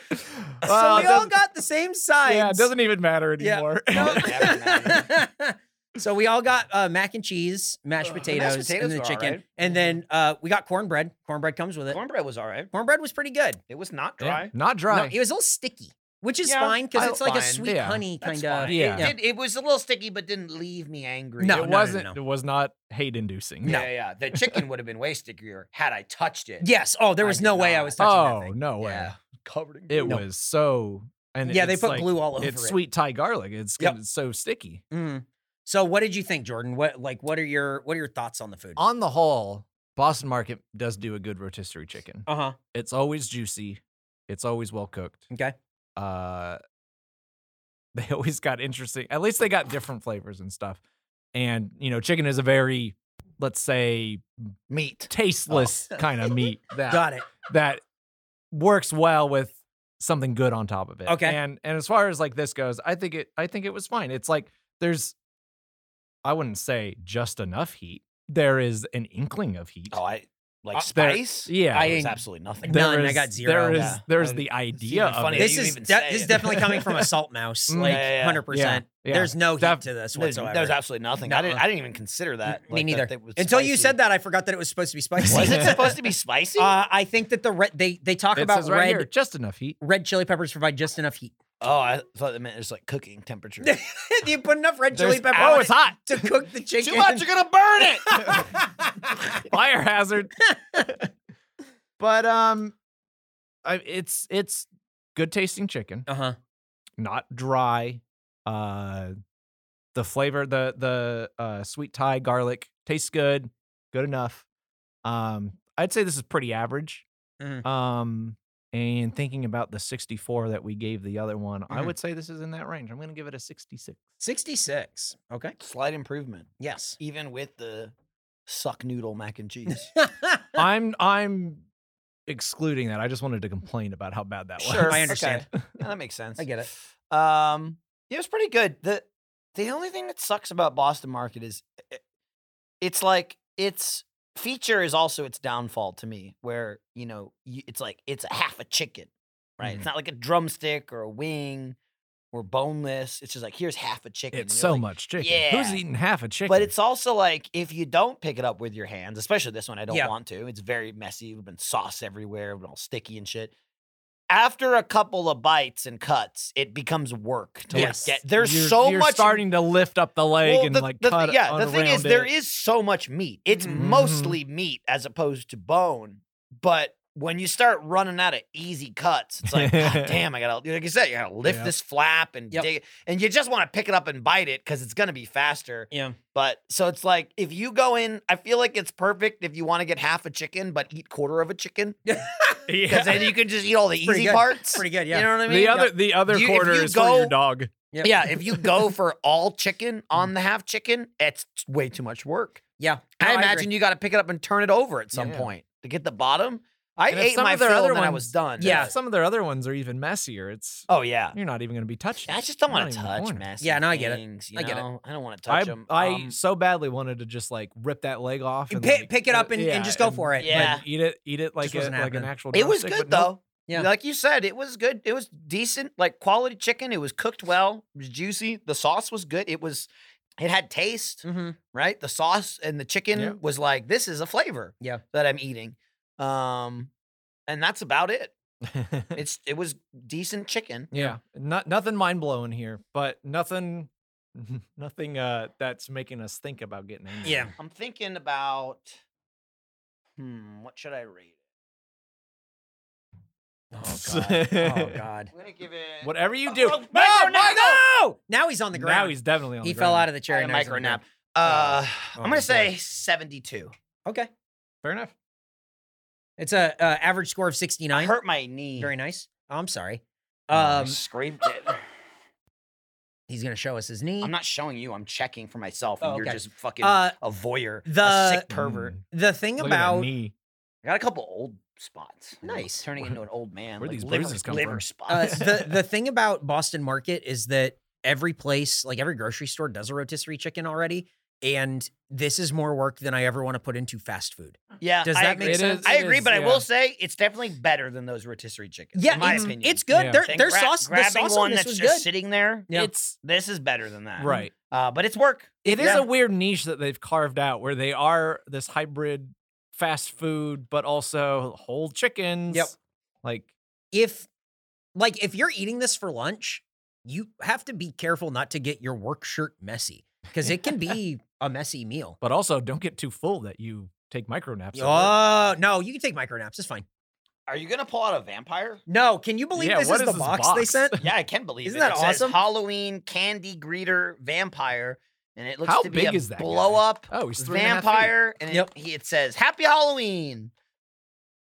Well, so it we all doesn't- got the same sides. Uh, yeah, it doesn't even matter Yeah. anymore. so we all got uh, mac and cheese, mashed potatoes, potatoes and the were chicken, alright. and then uh, we got cornbread. Cornbread comes with it. Cornbread was all right. Cornbread was pretty good. It was not Yeah, dry. Not No, dry. it was a little sticky, which is Yeah, fine because I- it's like a fine. sweet Yeah, honey That's kind of. fine. yeah. It, did- it was a little sticky, but didn't leave me angry. No, it no, wasn't. no. It was not hate inducing. Yeah, yeah. The chicken would have been way stickier had I touched it. Yes. Oh, there I was did no way I not. was touching that Oh thing. no way. Yeah. Covered in It glue. was so. And yeah, they it's put like- glue all over It's it. sweet Thai garlic. It's, Yep. it's so sticky. Mm. So, what did you think, Jordan? What like what are your what are your thoughts on the food? On the whole, Boston Market does do a good rotisserie chicken. Uh Uh-huh. huh. It's always juicy. It's always well cooked. Okay. Uh, they always got interesting. At least they got different flavors and stuff. And you know, chicken is a very, let's say, meat. tasteless kind of meat that Oh. Got it. that works well with something good on top of it. Okay. And and as far as like this goes, I think it I think it was fine. It's like there's I wouldn't say just enough heat. There is an inkling of heat. Oh, I like Uh, there- spice. yeah. I There ain't was absolutely nothing. None, There I is- got zero. There is Yeah. there's Well, the idea even of funny it. that This you is even de- say this is it. definitely coming from a salt mouse, Mm. like Yeah, yeah, yeah. hundred percent. Yeah, yeah. There's no heat Def- to this There's, whatsoever. there's absolutely nothing. I didn't. Nuh-uh. I didn't even consider that. Me like, that neither. they was Until you spicy. said that, I forgot that it was supposed to be spicy. Was it supposed to be spicy? Uh, I think that the red they they talk It about says right red here, just enough heat. red chili peppers provide just enough heat. oh, I thought that meant it's like cooking temperature. you put enough red chili There's- pepper. Oh, on it's it hot. to cook the chicken. Too much, you're gonna burn it. Fire hazard. but um I, it's it's good tasting chicken, Uh huh. not dry. Uh the flavor, the the uh sweet Thai garlic tastes good, good enough. Um I'd say this is pretty average. Mhm. Um and thinking about the 64 that we gave the other one, I Mhm. would say this is in that range. I'm going to give it a 66. Sixty six. Okay. Slight improvement, Yes. even with the suck noodle mac and cheese. I'm I'm excluding that. I just wanted to complain about how bad that was. Sure, I understand. okay. Yeah, that makes sense. I get it. Um, it was pretty good. the The only thing that sucks about Boston Market is, i- it's like its feature is also its downfall to me. Where you know, you, it's like it's a half a chicken, right? It's not like a drumstick or a wing or boneless. It's just like here's half a chicken. It's and you're so like, much chicken. Who's "Yeah." eating half a chicken? But it's also like if you don't pick it up with your hands, especially this one, I don't Yeah. want to. It's very messy. We've been sauce everywhere, it's been all sticky and shit. After a couple of bites and cuts, it becomes work to Yes. like get. There's You're- so you're much starting to lift up the leg well, and the- like the, cut. Yeah, the thing is, around there it. is so much meat. It's Mhm. mostly meat as opposed to bone. But when you start running out of easy cuts, it's like, God damn, I gotta like you said, you gotta lift Yeah. this flap and Yep. dig, it. and you just want to pick it up and bite it because it's gonna be faster. Yeah. But so it's like if you go in, I feel like it's perfect if you want to get half a chicken but eat quarter of a chicken Yeah. because then you can just eat all the pretty easy good. parts. Pretty good. Yeah. You know what I mean? the other the other You- if quarter you is for your go- dog. Yep. Yeah, if you go for all chicken on the half chicken, it's way too much work. yeah. No, I agree. imagine you got to pick it up and turn it over at some Yeah. point to get the bottom. I And if ate some my of their fill other and then I ones- was done. Yeah. If Some of their other ones are even messier. It's Oh yeah. you're not even going to be touching. I it. just don't You're want not to even touch going messy. Yeah, no, I get it. things, I get it. I don't want to I touch Um, them. I so badly wanted to just like rip that leg off and Pick- like, uh, pick it up and- and yeah, just go for it. like, Yeah. eat it eat it like a, wasn't like an happening. actual. it was drumstick, good but nope. though. Yeah. Like you said, it was good. It was decent, like quality chicken. It was cooked well, it was juicy. The sauce was good. It was, it had taste. Mhm. right? The sauce and the chicken Yeah. was like, this is a flavor Yeah. that I'm eating. Um, and that's about it. Hmm. It's it was decent chicken. Yeah. Not nothing mind blowing here, but nothing nothing uh that's making us think about getting angry. Yeah. I'm thinking about hmm, what should I rate? Oh god. Oh god. I'm gonna give it Whatever you do. Oh, No, Michael, no, Michael! no! Now he's on the ground. Now he's definitely on he the fell out ground. of the chair. a and now he's micro on the nap. ground. Uh, oh, I'm boy. gonna say 72. Okay. Fair enough. It's a uh, average score of sixty I nine. hurt my knee. Very nice. I'm sorry. Oh, I Um, scraped it. he's gonna show us his knee. I'm not showing you. I'm checking for myself, and Oh, you're okay. just fucking Uh, a voyeur, the- a sick pervert. Mm. the thing Look at that about knee. I got a couple old spots. I'm Nice. turning Where- into an old man. where'd like these liver, bruises come liver from? uh, spots. the the thing about Boston Market is that every place, like every grocery store, does a rotisserie chicken already, and this is more work than I ever want to put into fast food. yeah, Does I that agree. make It sense? is- I agree, but I yeah. will say it's definitely better than those rotisserie chickens. yeah, in my it's, opinion, it's good. Yeah. Their Than their gra- sauce, the grabbing sauce one on this that's was just good. sitting there. Yeah. Um, It's This is better than that, right. Uh, but it's work. It is Yeah. a weird niche that they've carved out where they are this hybrid fast food, but also whole chickens. Like if like if you're eating this for lunch, you have to be careful not to get your work shirt messy because it can be a messy meal. but also don't get too full that you take micro naps. at work. Oh no, you can take micro naps. It's fine. Are you gonna pull out a vampire? No, can you believe Yeah, this what is the is this box, they box? sent? Yeah, I can believe Isn't it. that It says awesome? Halloween candy greeter vampire, and it looks How to be a big is that guy? blow up Oh, he's three and a half feet. vampire, and, Yep. it, he, it says Happy Halloween.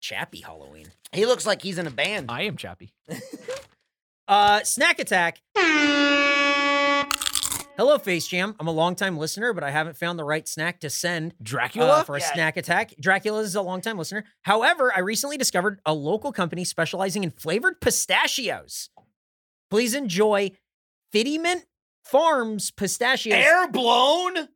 Chappy Halloween. He looks like he's in a band. I am Chappy. Uh, snack attack. Hello, Face Jam. I'm a longtime listener, but I haven't found the right snack to send uh, Dracula? for a Yeah. snack attack. Dracula is a longtime listener. However, I recently discovered a local company specializing in flavored pistachios. Please enjoy Fittyment Farms pistachios Air blown.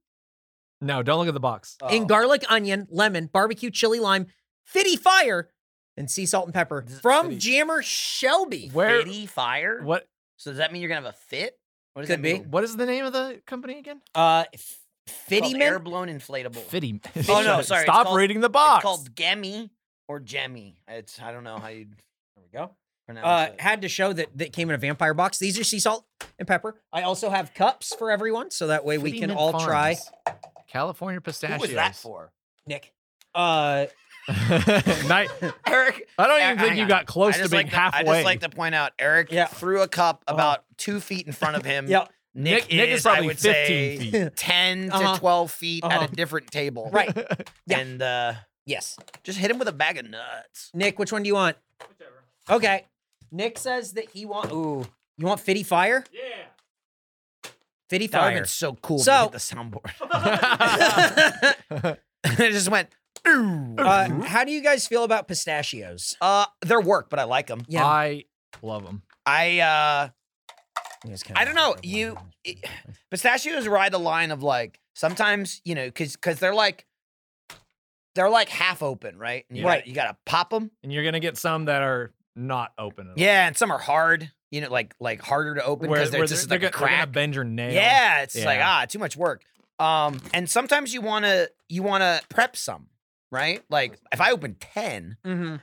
no, don't look at the box. Oh. in garlic, onion, lemon, barbecue, chili, lime, Fitty Fire and Sea Salt and Pepper from Fitty. Jammer Shelby. Where? Fitty fire. What? So does that mean you're gonna have a fit? What does Could that mean? What is the name of the company again? Uh, It's called air Fittyman. blown inflatable. Fitty. Oh, no, sorry, it's Stop called- reading the It's box. called Gemmy or Jemmy. It's I don't know how you There we go. pronounce Uh, it. had to show that that came in a vampire box. These are sea salt and pepper. I also have cups for everyone, so that way we Fitty can Mint all try. Farms. California Who pistachios. was that for? Nick. Uh, Night- Eric. I don't Hang even think you on. got close I to just, being like to, I halfway. Uh-huh. just like to point out Eric Yeah. threw a cup about two feet in front of him. yeah. Nick, Nick- Nick is I probably would say, 15 feet. 10 Uh-huh. to 12 feet Uh-huh. at a different table. Right. Yeah. And uh, Yes. just hit him with a bag of nuts. Nick, which one do you want? Whichever. Okay. Nick says that he want. Ooh, you want Fitty Fire? Yeah. Fitty That would have Fire. been so cool if So- you hit the soundboard. I just went, ooh. Uh, Uh, how do you guys feel about pistachios? uh, they're work, but I like them. Yeah. I love them. I, uh, I don't know. You it- pistachios ride the line of like sometimes you know because because they're like they're like half open, right? And you Right. gotta- you gotta pop them. And you're gonna get some that are not open. At all. Yeah, and some are hard. You know, like like harder to open Where, because they're where just they're, like a gonna- they're gonna crack. bend your nail. Yeah, it's like Yeah. ah, too much work. Um, and sometimes you wanna you wanna prep some, right? Like if I open ten Mm-hmm.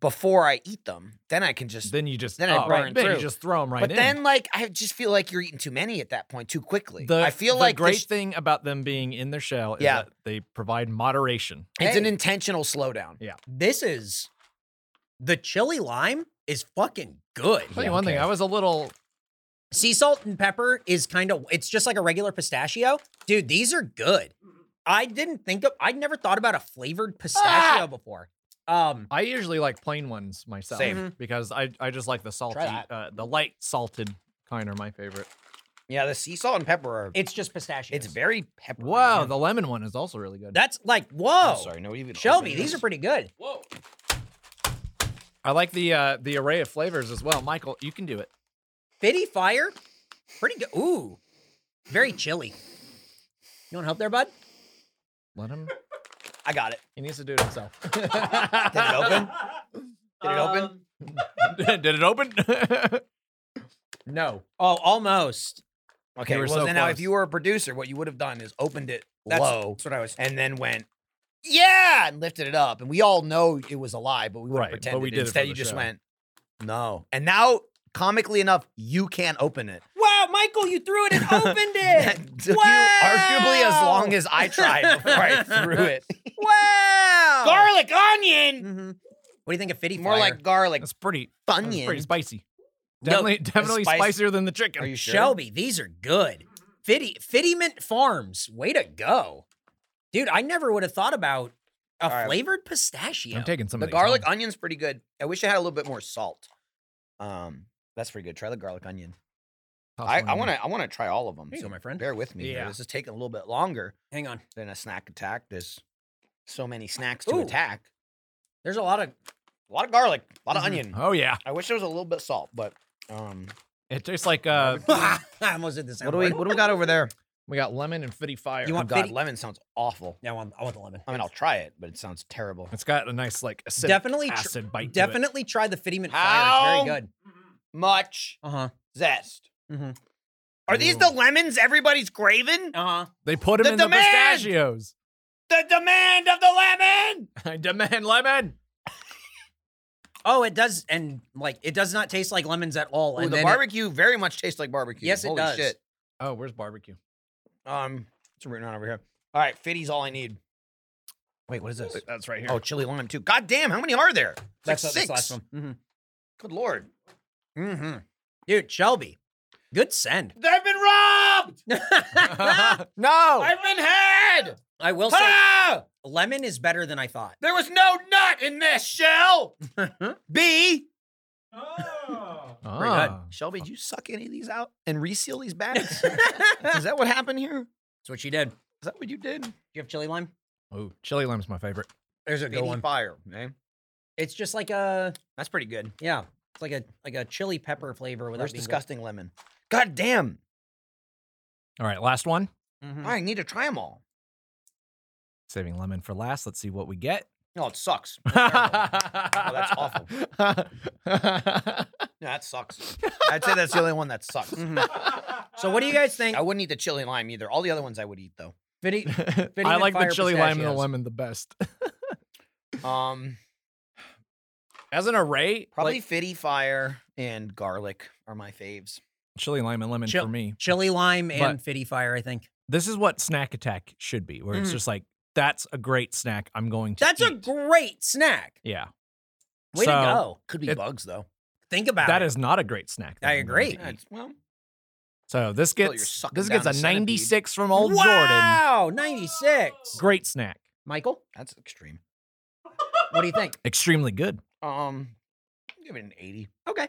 before I eat them, then I can just. Then you just Then I burn oh, right, then you through. just throw them right but in. then like I just feel like you're eating too many at that point too quickly. the, I feel the like the great sh- thing about them being in their shell is Yeah. that they provide moderation. it's an Hey. intentional slowdown. This is the chili lime is fucking good. Tell you one thing, I was a little Sea salt and pepper is kind of it's just like a regular pistachio. Dude, these are good. I didn't think of I'd never thought about a flavored pistachio before. Um I usually like plain ones myself Same. because I, I just like the salty, that. uh, the light salted kind are my favorite. Yeah, the sea salt and pepper are. it's just pistachio. It's very peppery. Oh, Wow, the lemon one is also really good. that's like I'm whoa. sorry, no even. Shelby, opened these are this. pretty good. Whoa. I like the uh, the array of flavors as well. Michael, you can do it. Fitty fire, pretty good. Ooh, very chilly. You want help there, bud? Let him. I got it. He needs to do it himself. Did it open? Did it Uh, open? Um, Did it open? no. Oh, almost. Okay, You were well so then now if close. you were a producer, what you would have done is opened it That's, low that's what I was. and then went, yeah, and lifted it up, and we all know it was a lie, but we wouldn't Right, but pretend. we it. did it for Instead, the you just show. went, no, and now comically enough, you can't open it. Wow, Michael, you threw it and opened it. That took you arguably as long Wow. as I tried before I threw it. wow. Garlic onion, Mhm. What do you think of Fitty Mm-hmm. more fire? like garlic Mm, That's pretty. That's pretty onion. spicy. No, Definitely, definitely spice- spicier than the chicken. Are you sure? Shelby, these are good. Fitty Fittyment Farms, way to go. Dude, I never would have thought about a right. flavored pistachio. I'm taking some The of these garlic home. onion's pretty good. I wish it had a little bit more salt. Um, that's pretty good. Try the garlic onion. Toss I, one I in. want to I want to try all of them. Here you go, my friend. Bear with me. here. Yeah. This is taking a little bit longer Hang on. than a snack attack. There's so many snacks to Ooh. attack. There's a lot of A lot of garlic, a lot Mhm. of onion. Oh yeah, I wish there was a little bit of salt, but um, it tastes like uh, I almost did this. what do we what do we got over there? we got lemon and fitty fire. You Oh want God, fitty- lemon sounds awful. Yeah, I want, I want the lemon. I mean, I'll try it, but it sounds terrible. It's got a nice like acidic Definitely tr- acid bite. to it. Definitely try the Fittyment Fire. It's How? very good. Much Uh-huh. zest. Mhm. Are these Ooh. the lemons everybody's craving? Uh-huh. They put them The in demand! the pistachios. The demand of the lemon. I demand lemon. Oh, it does and like it does not taste like lemons at all. Ooh, and the then it- barbecue very much tastes like barbecue. Yes, it Holy does. Shit. Oh, where's barbecue? Um, what's written on over here? All right, fitty's all I need. Wait, what is this? That's right here. Oh, chili lime too. God damn, how many are there? It's that's like this six. last one. Mhm. Good lord. Mm-hmm. Dude, Shelby, good send. I've been robbed. no. I've been had. I will say, Ah! lemon is better than I thought. There was no nut in this shell. B. Oh. good. Ah. Shelby, did you suck any of these out and reseal these bags? is that what happened here? Is That's what she did. Do that what you did? you have chili lime? Ooh, chili lime's my favorite. There's a Fitty fire. Okay. It's just like a That's pretty good. yeah, it's like a like a chili pepper flavor without Where's being disgusting lemon? God damn. All right, last one. Mhm. I need to try them all. Saving lemon for last. Let's see what we get. No, Oh, it sucks. Oh, that's awful. awful. No, that sucks. I'd say that's the only one that sucks. Mm-hmm. So what do you guys think? I wouldn't eat the chili lime either. All the other ones I would eat though. Vinny, I and like the fire chili lime and the pistachios. lemon the best. Um, As an array, probably like, fitty fire and garlic are my faves. chili lime and lemon Chil- for me. chili lime and But- fitty fire, I think. This is what snack attack should be, where it's Mm. just like that's a great snack. I'm going to. That's a eat. great snack. yeah. Way So, to go. Could be It- bugs though. Think about That it. is not a great snack. that I I'm going to agree. eat. That's- well, So this Well, you're gets sucking this gets down a a centipede. 96 from old Jordan. wow, 96. Great snack. Michael, that's extreme. What do you think? Extremely good. Um, give it an eighty. Okay.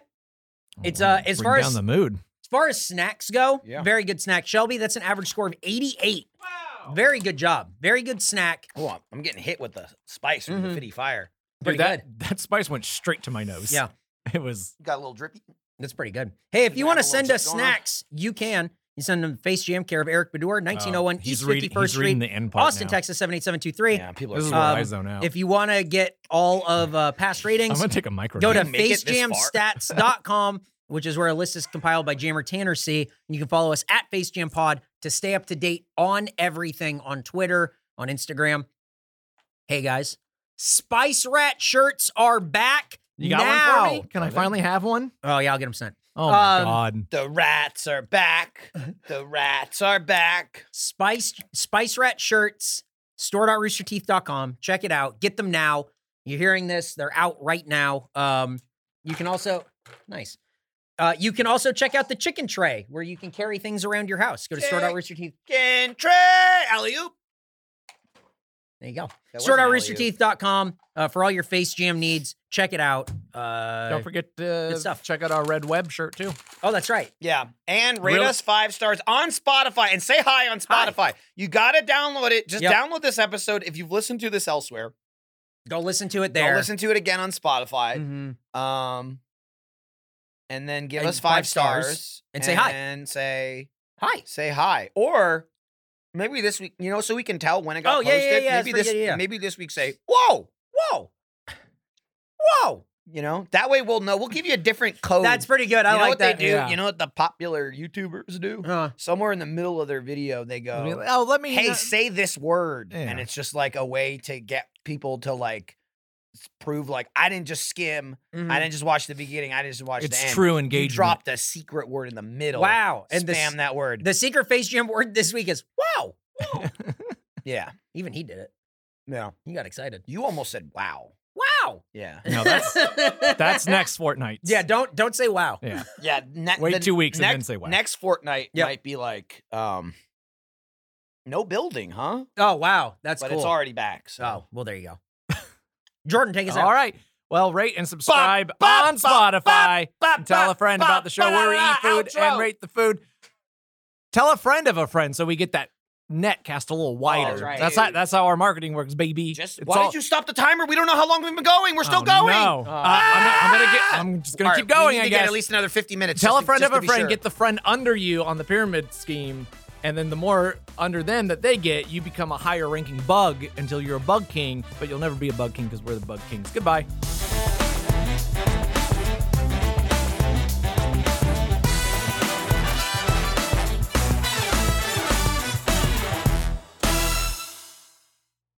Oh, It's, wow. uh, as Bring far down as- the mood. As far as snacks go, Yeah. very good snack. Shelby, that's an average score of 88. Wow. Very good job. Very good snack. Hold on, Oh, I'm getting hit with the spice from the Mhm. fitty fire. Pretty Dude, that that spice went straight to my nose. Yeah. it was. Got a little drippy. That's pretty good. Hey, if you Yeah, want I to have a send little us bit going on. snacks, you can. You send them to Face Jam, care of Eric Bedour, 1901 oh, East he's reading, 51st he's Street, reading the end part Austin, now. Texas 78723. Yeah, people This is are. where Um, I zone out. If you want to get all of uh, past I'm ratings, gonna take a micro. go to nap. Can you make it this facejamstats.com, which is where a list is compiled by Jammer Tanner C. You can follow us at FaceJamPod to stay up to date on everything on Twitter, on Instagram. Hey guys, Spice Rat shirts are back You got now. one for me? Can I finally have one? Oh yeah, I'll get them sent. Oh my Um, god. The rats are back. The rats are back. Spice Spice Rat shirts, store.roosterteeth.com. Check it out. Get them now. You're hearing this. They're out right now. Um, you can also nice. Uh, you can also check out the chicken tray where you can carry things around your house. Go to store.roosterteeth. Can try alley oop. There you go. Store.roosterteeth.com uh, for all your face jam needs. Check it out. Uh, Don't forget to stuff. check out our red web shirt too. oh, that's right. Yeah. And rate Really? us five stars on Spotify and say hi on Hi. Spotify. You got to download it. Just Yep. download this episode if you've listened to this elsewhere. Go listen to it Go there. listen to it again on Spotify. Mhm. Um, and then give And us five, five stars. stars And say hi. And say, Hi. say hi. Or maybe this week, you know, so we can tell when it got Oh, yeah, posted. yeah, yeah, Maybe, that's this, right, yeah, yeah. maybe this week say, whoa, whoa, whoa. You know, that way we'll know. We'll give you a different code. That's pretty good. I you know like what that. they do. Yeah. You know what the popular YouTubers do? Uh, somewhere in the middle of their video they go oh, let me. hey know- say this word and Yeah. it's just like a way to get people to like s- prove like i didn't just skim mhm. i didn't just watch the beginning i just watched the Mm. it's end true you engagement. dropped a secret word in the middle Wow. and And the, spam that word the secret face jam word this week is wow. yeah Even he did it. yeah He got excited. you almost said wow Wow. yeah No, that's that's next fortnight. Yeah, don't don't say wow. Yeah. yeah ne- Wait the two weeks and next- then say wow. next fortnight Yep. might be like um no building huh Oh wow, that's but cool. it's already back so Oh well, there you go. Jordan, take us All out. right. Well, rate and subscribe bop, on bop, Spotify. bop, and tell a bop, friend bop, about the show where we eat ba-da-da, food outro. and rate the food. Tell a friend of a friend so we get that net cast a little wider. that's right. how that's how our marketing works, baby. Just It's why all- did you stop the timer? We don't know how long we've been going. We're still Oh, going. No. Uh, I'm, not- I'm gonna get. I'm just gonna All keep right, going. We need I to guess. get at least another fifty minutes. Tell just a to- friend just of to a be friend, sure. get the friend under you on the pyramid scheme, and then the more under them that they get, you become a higher ranking bug until you're a bug king, but you'll never be a bug king because we're the bug kings. Goodbye.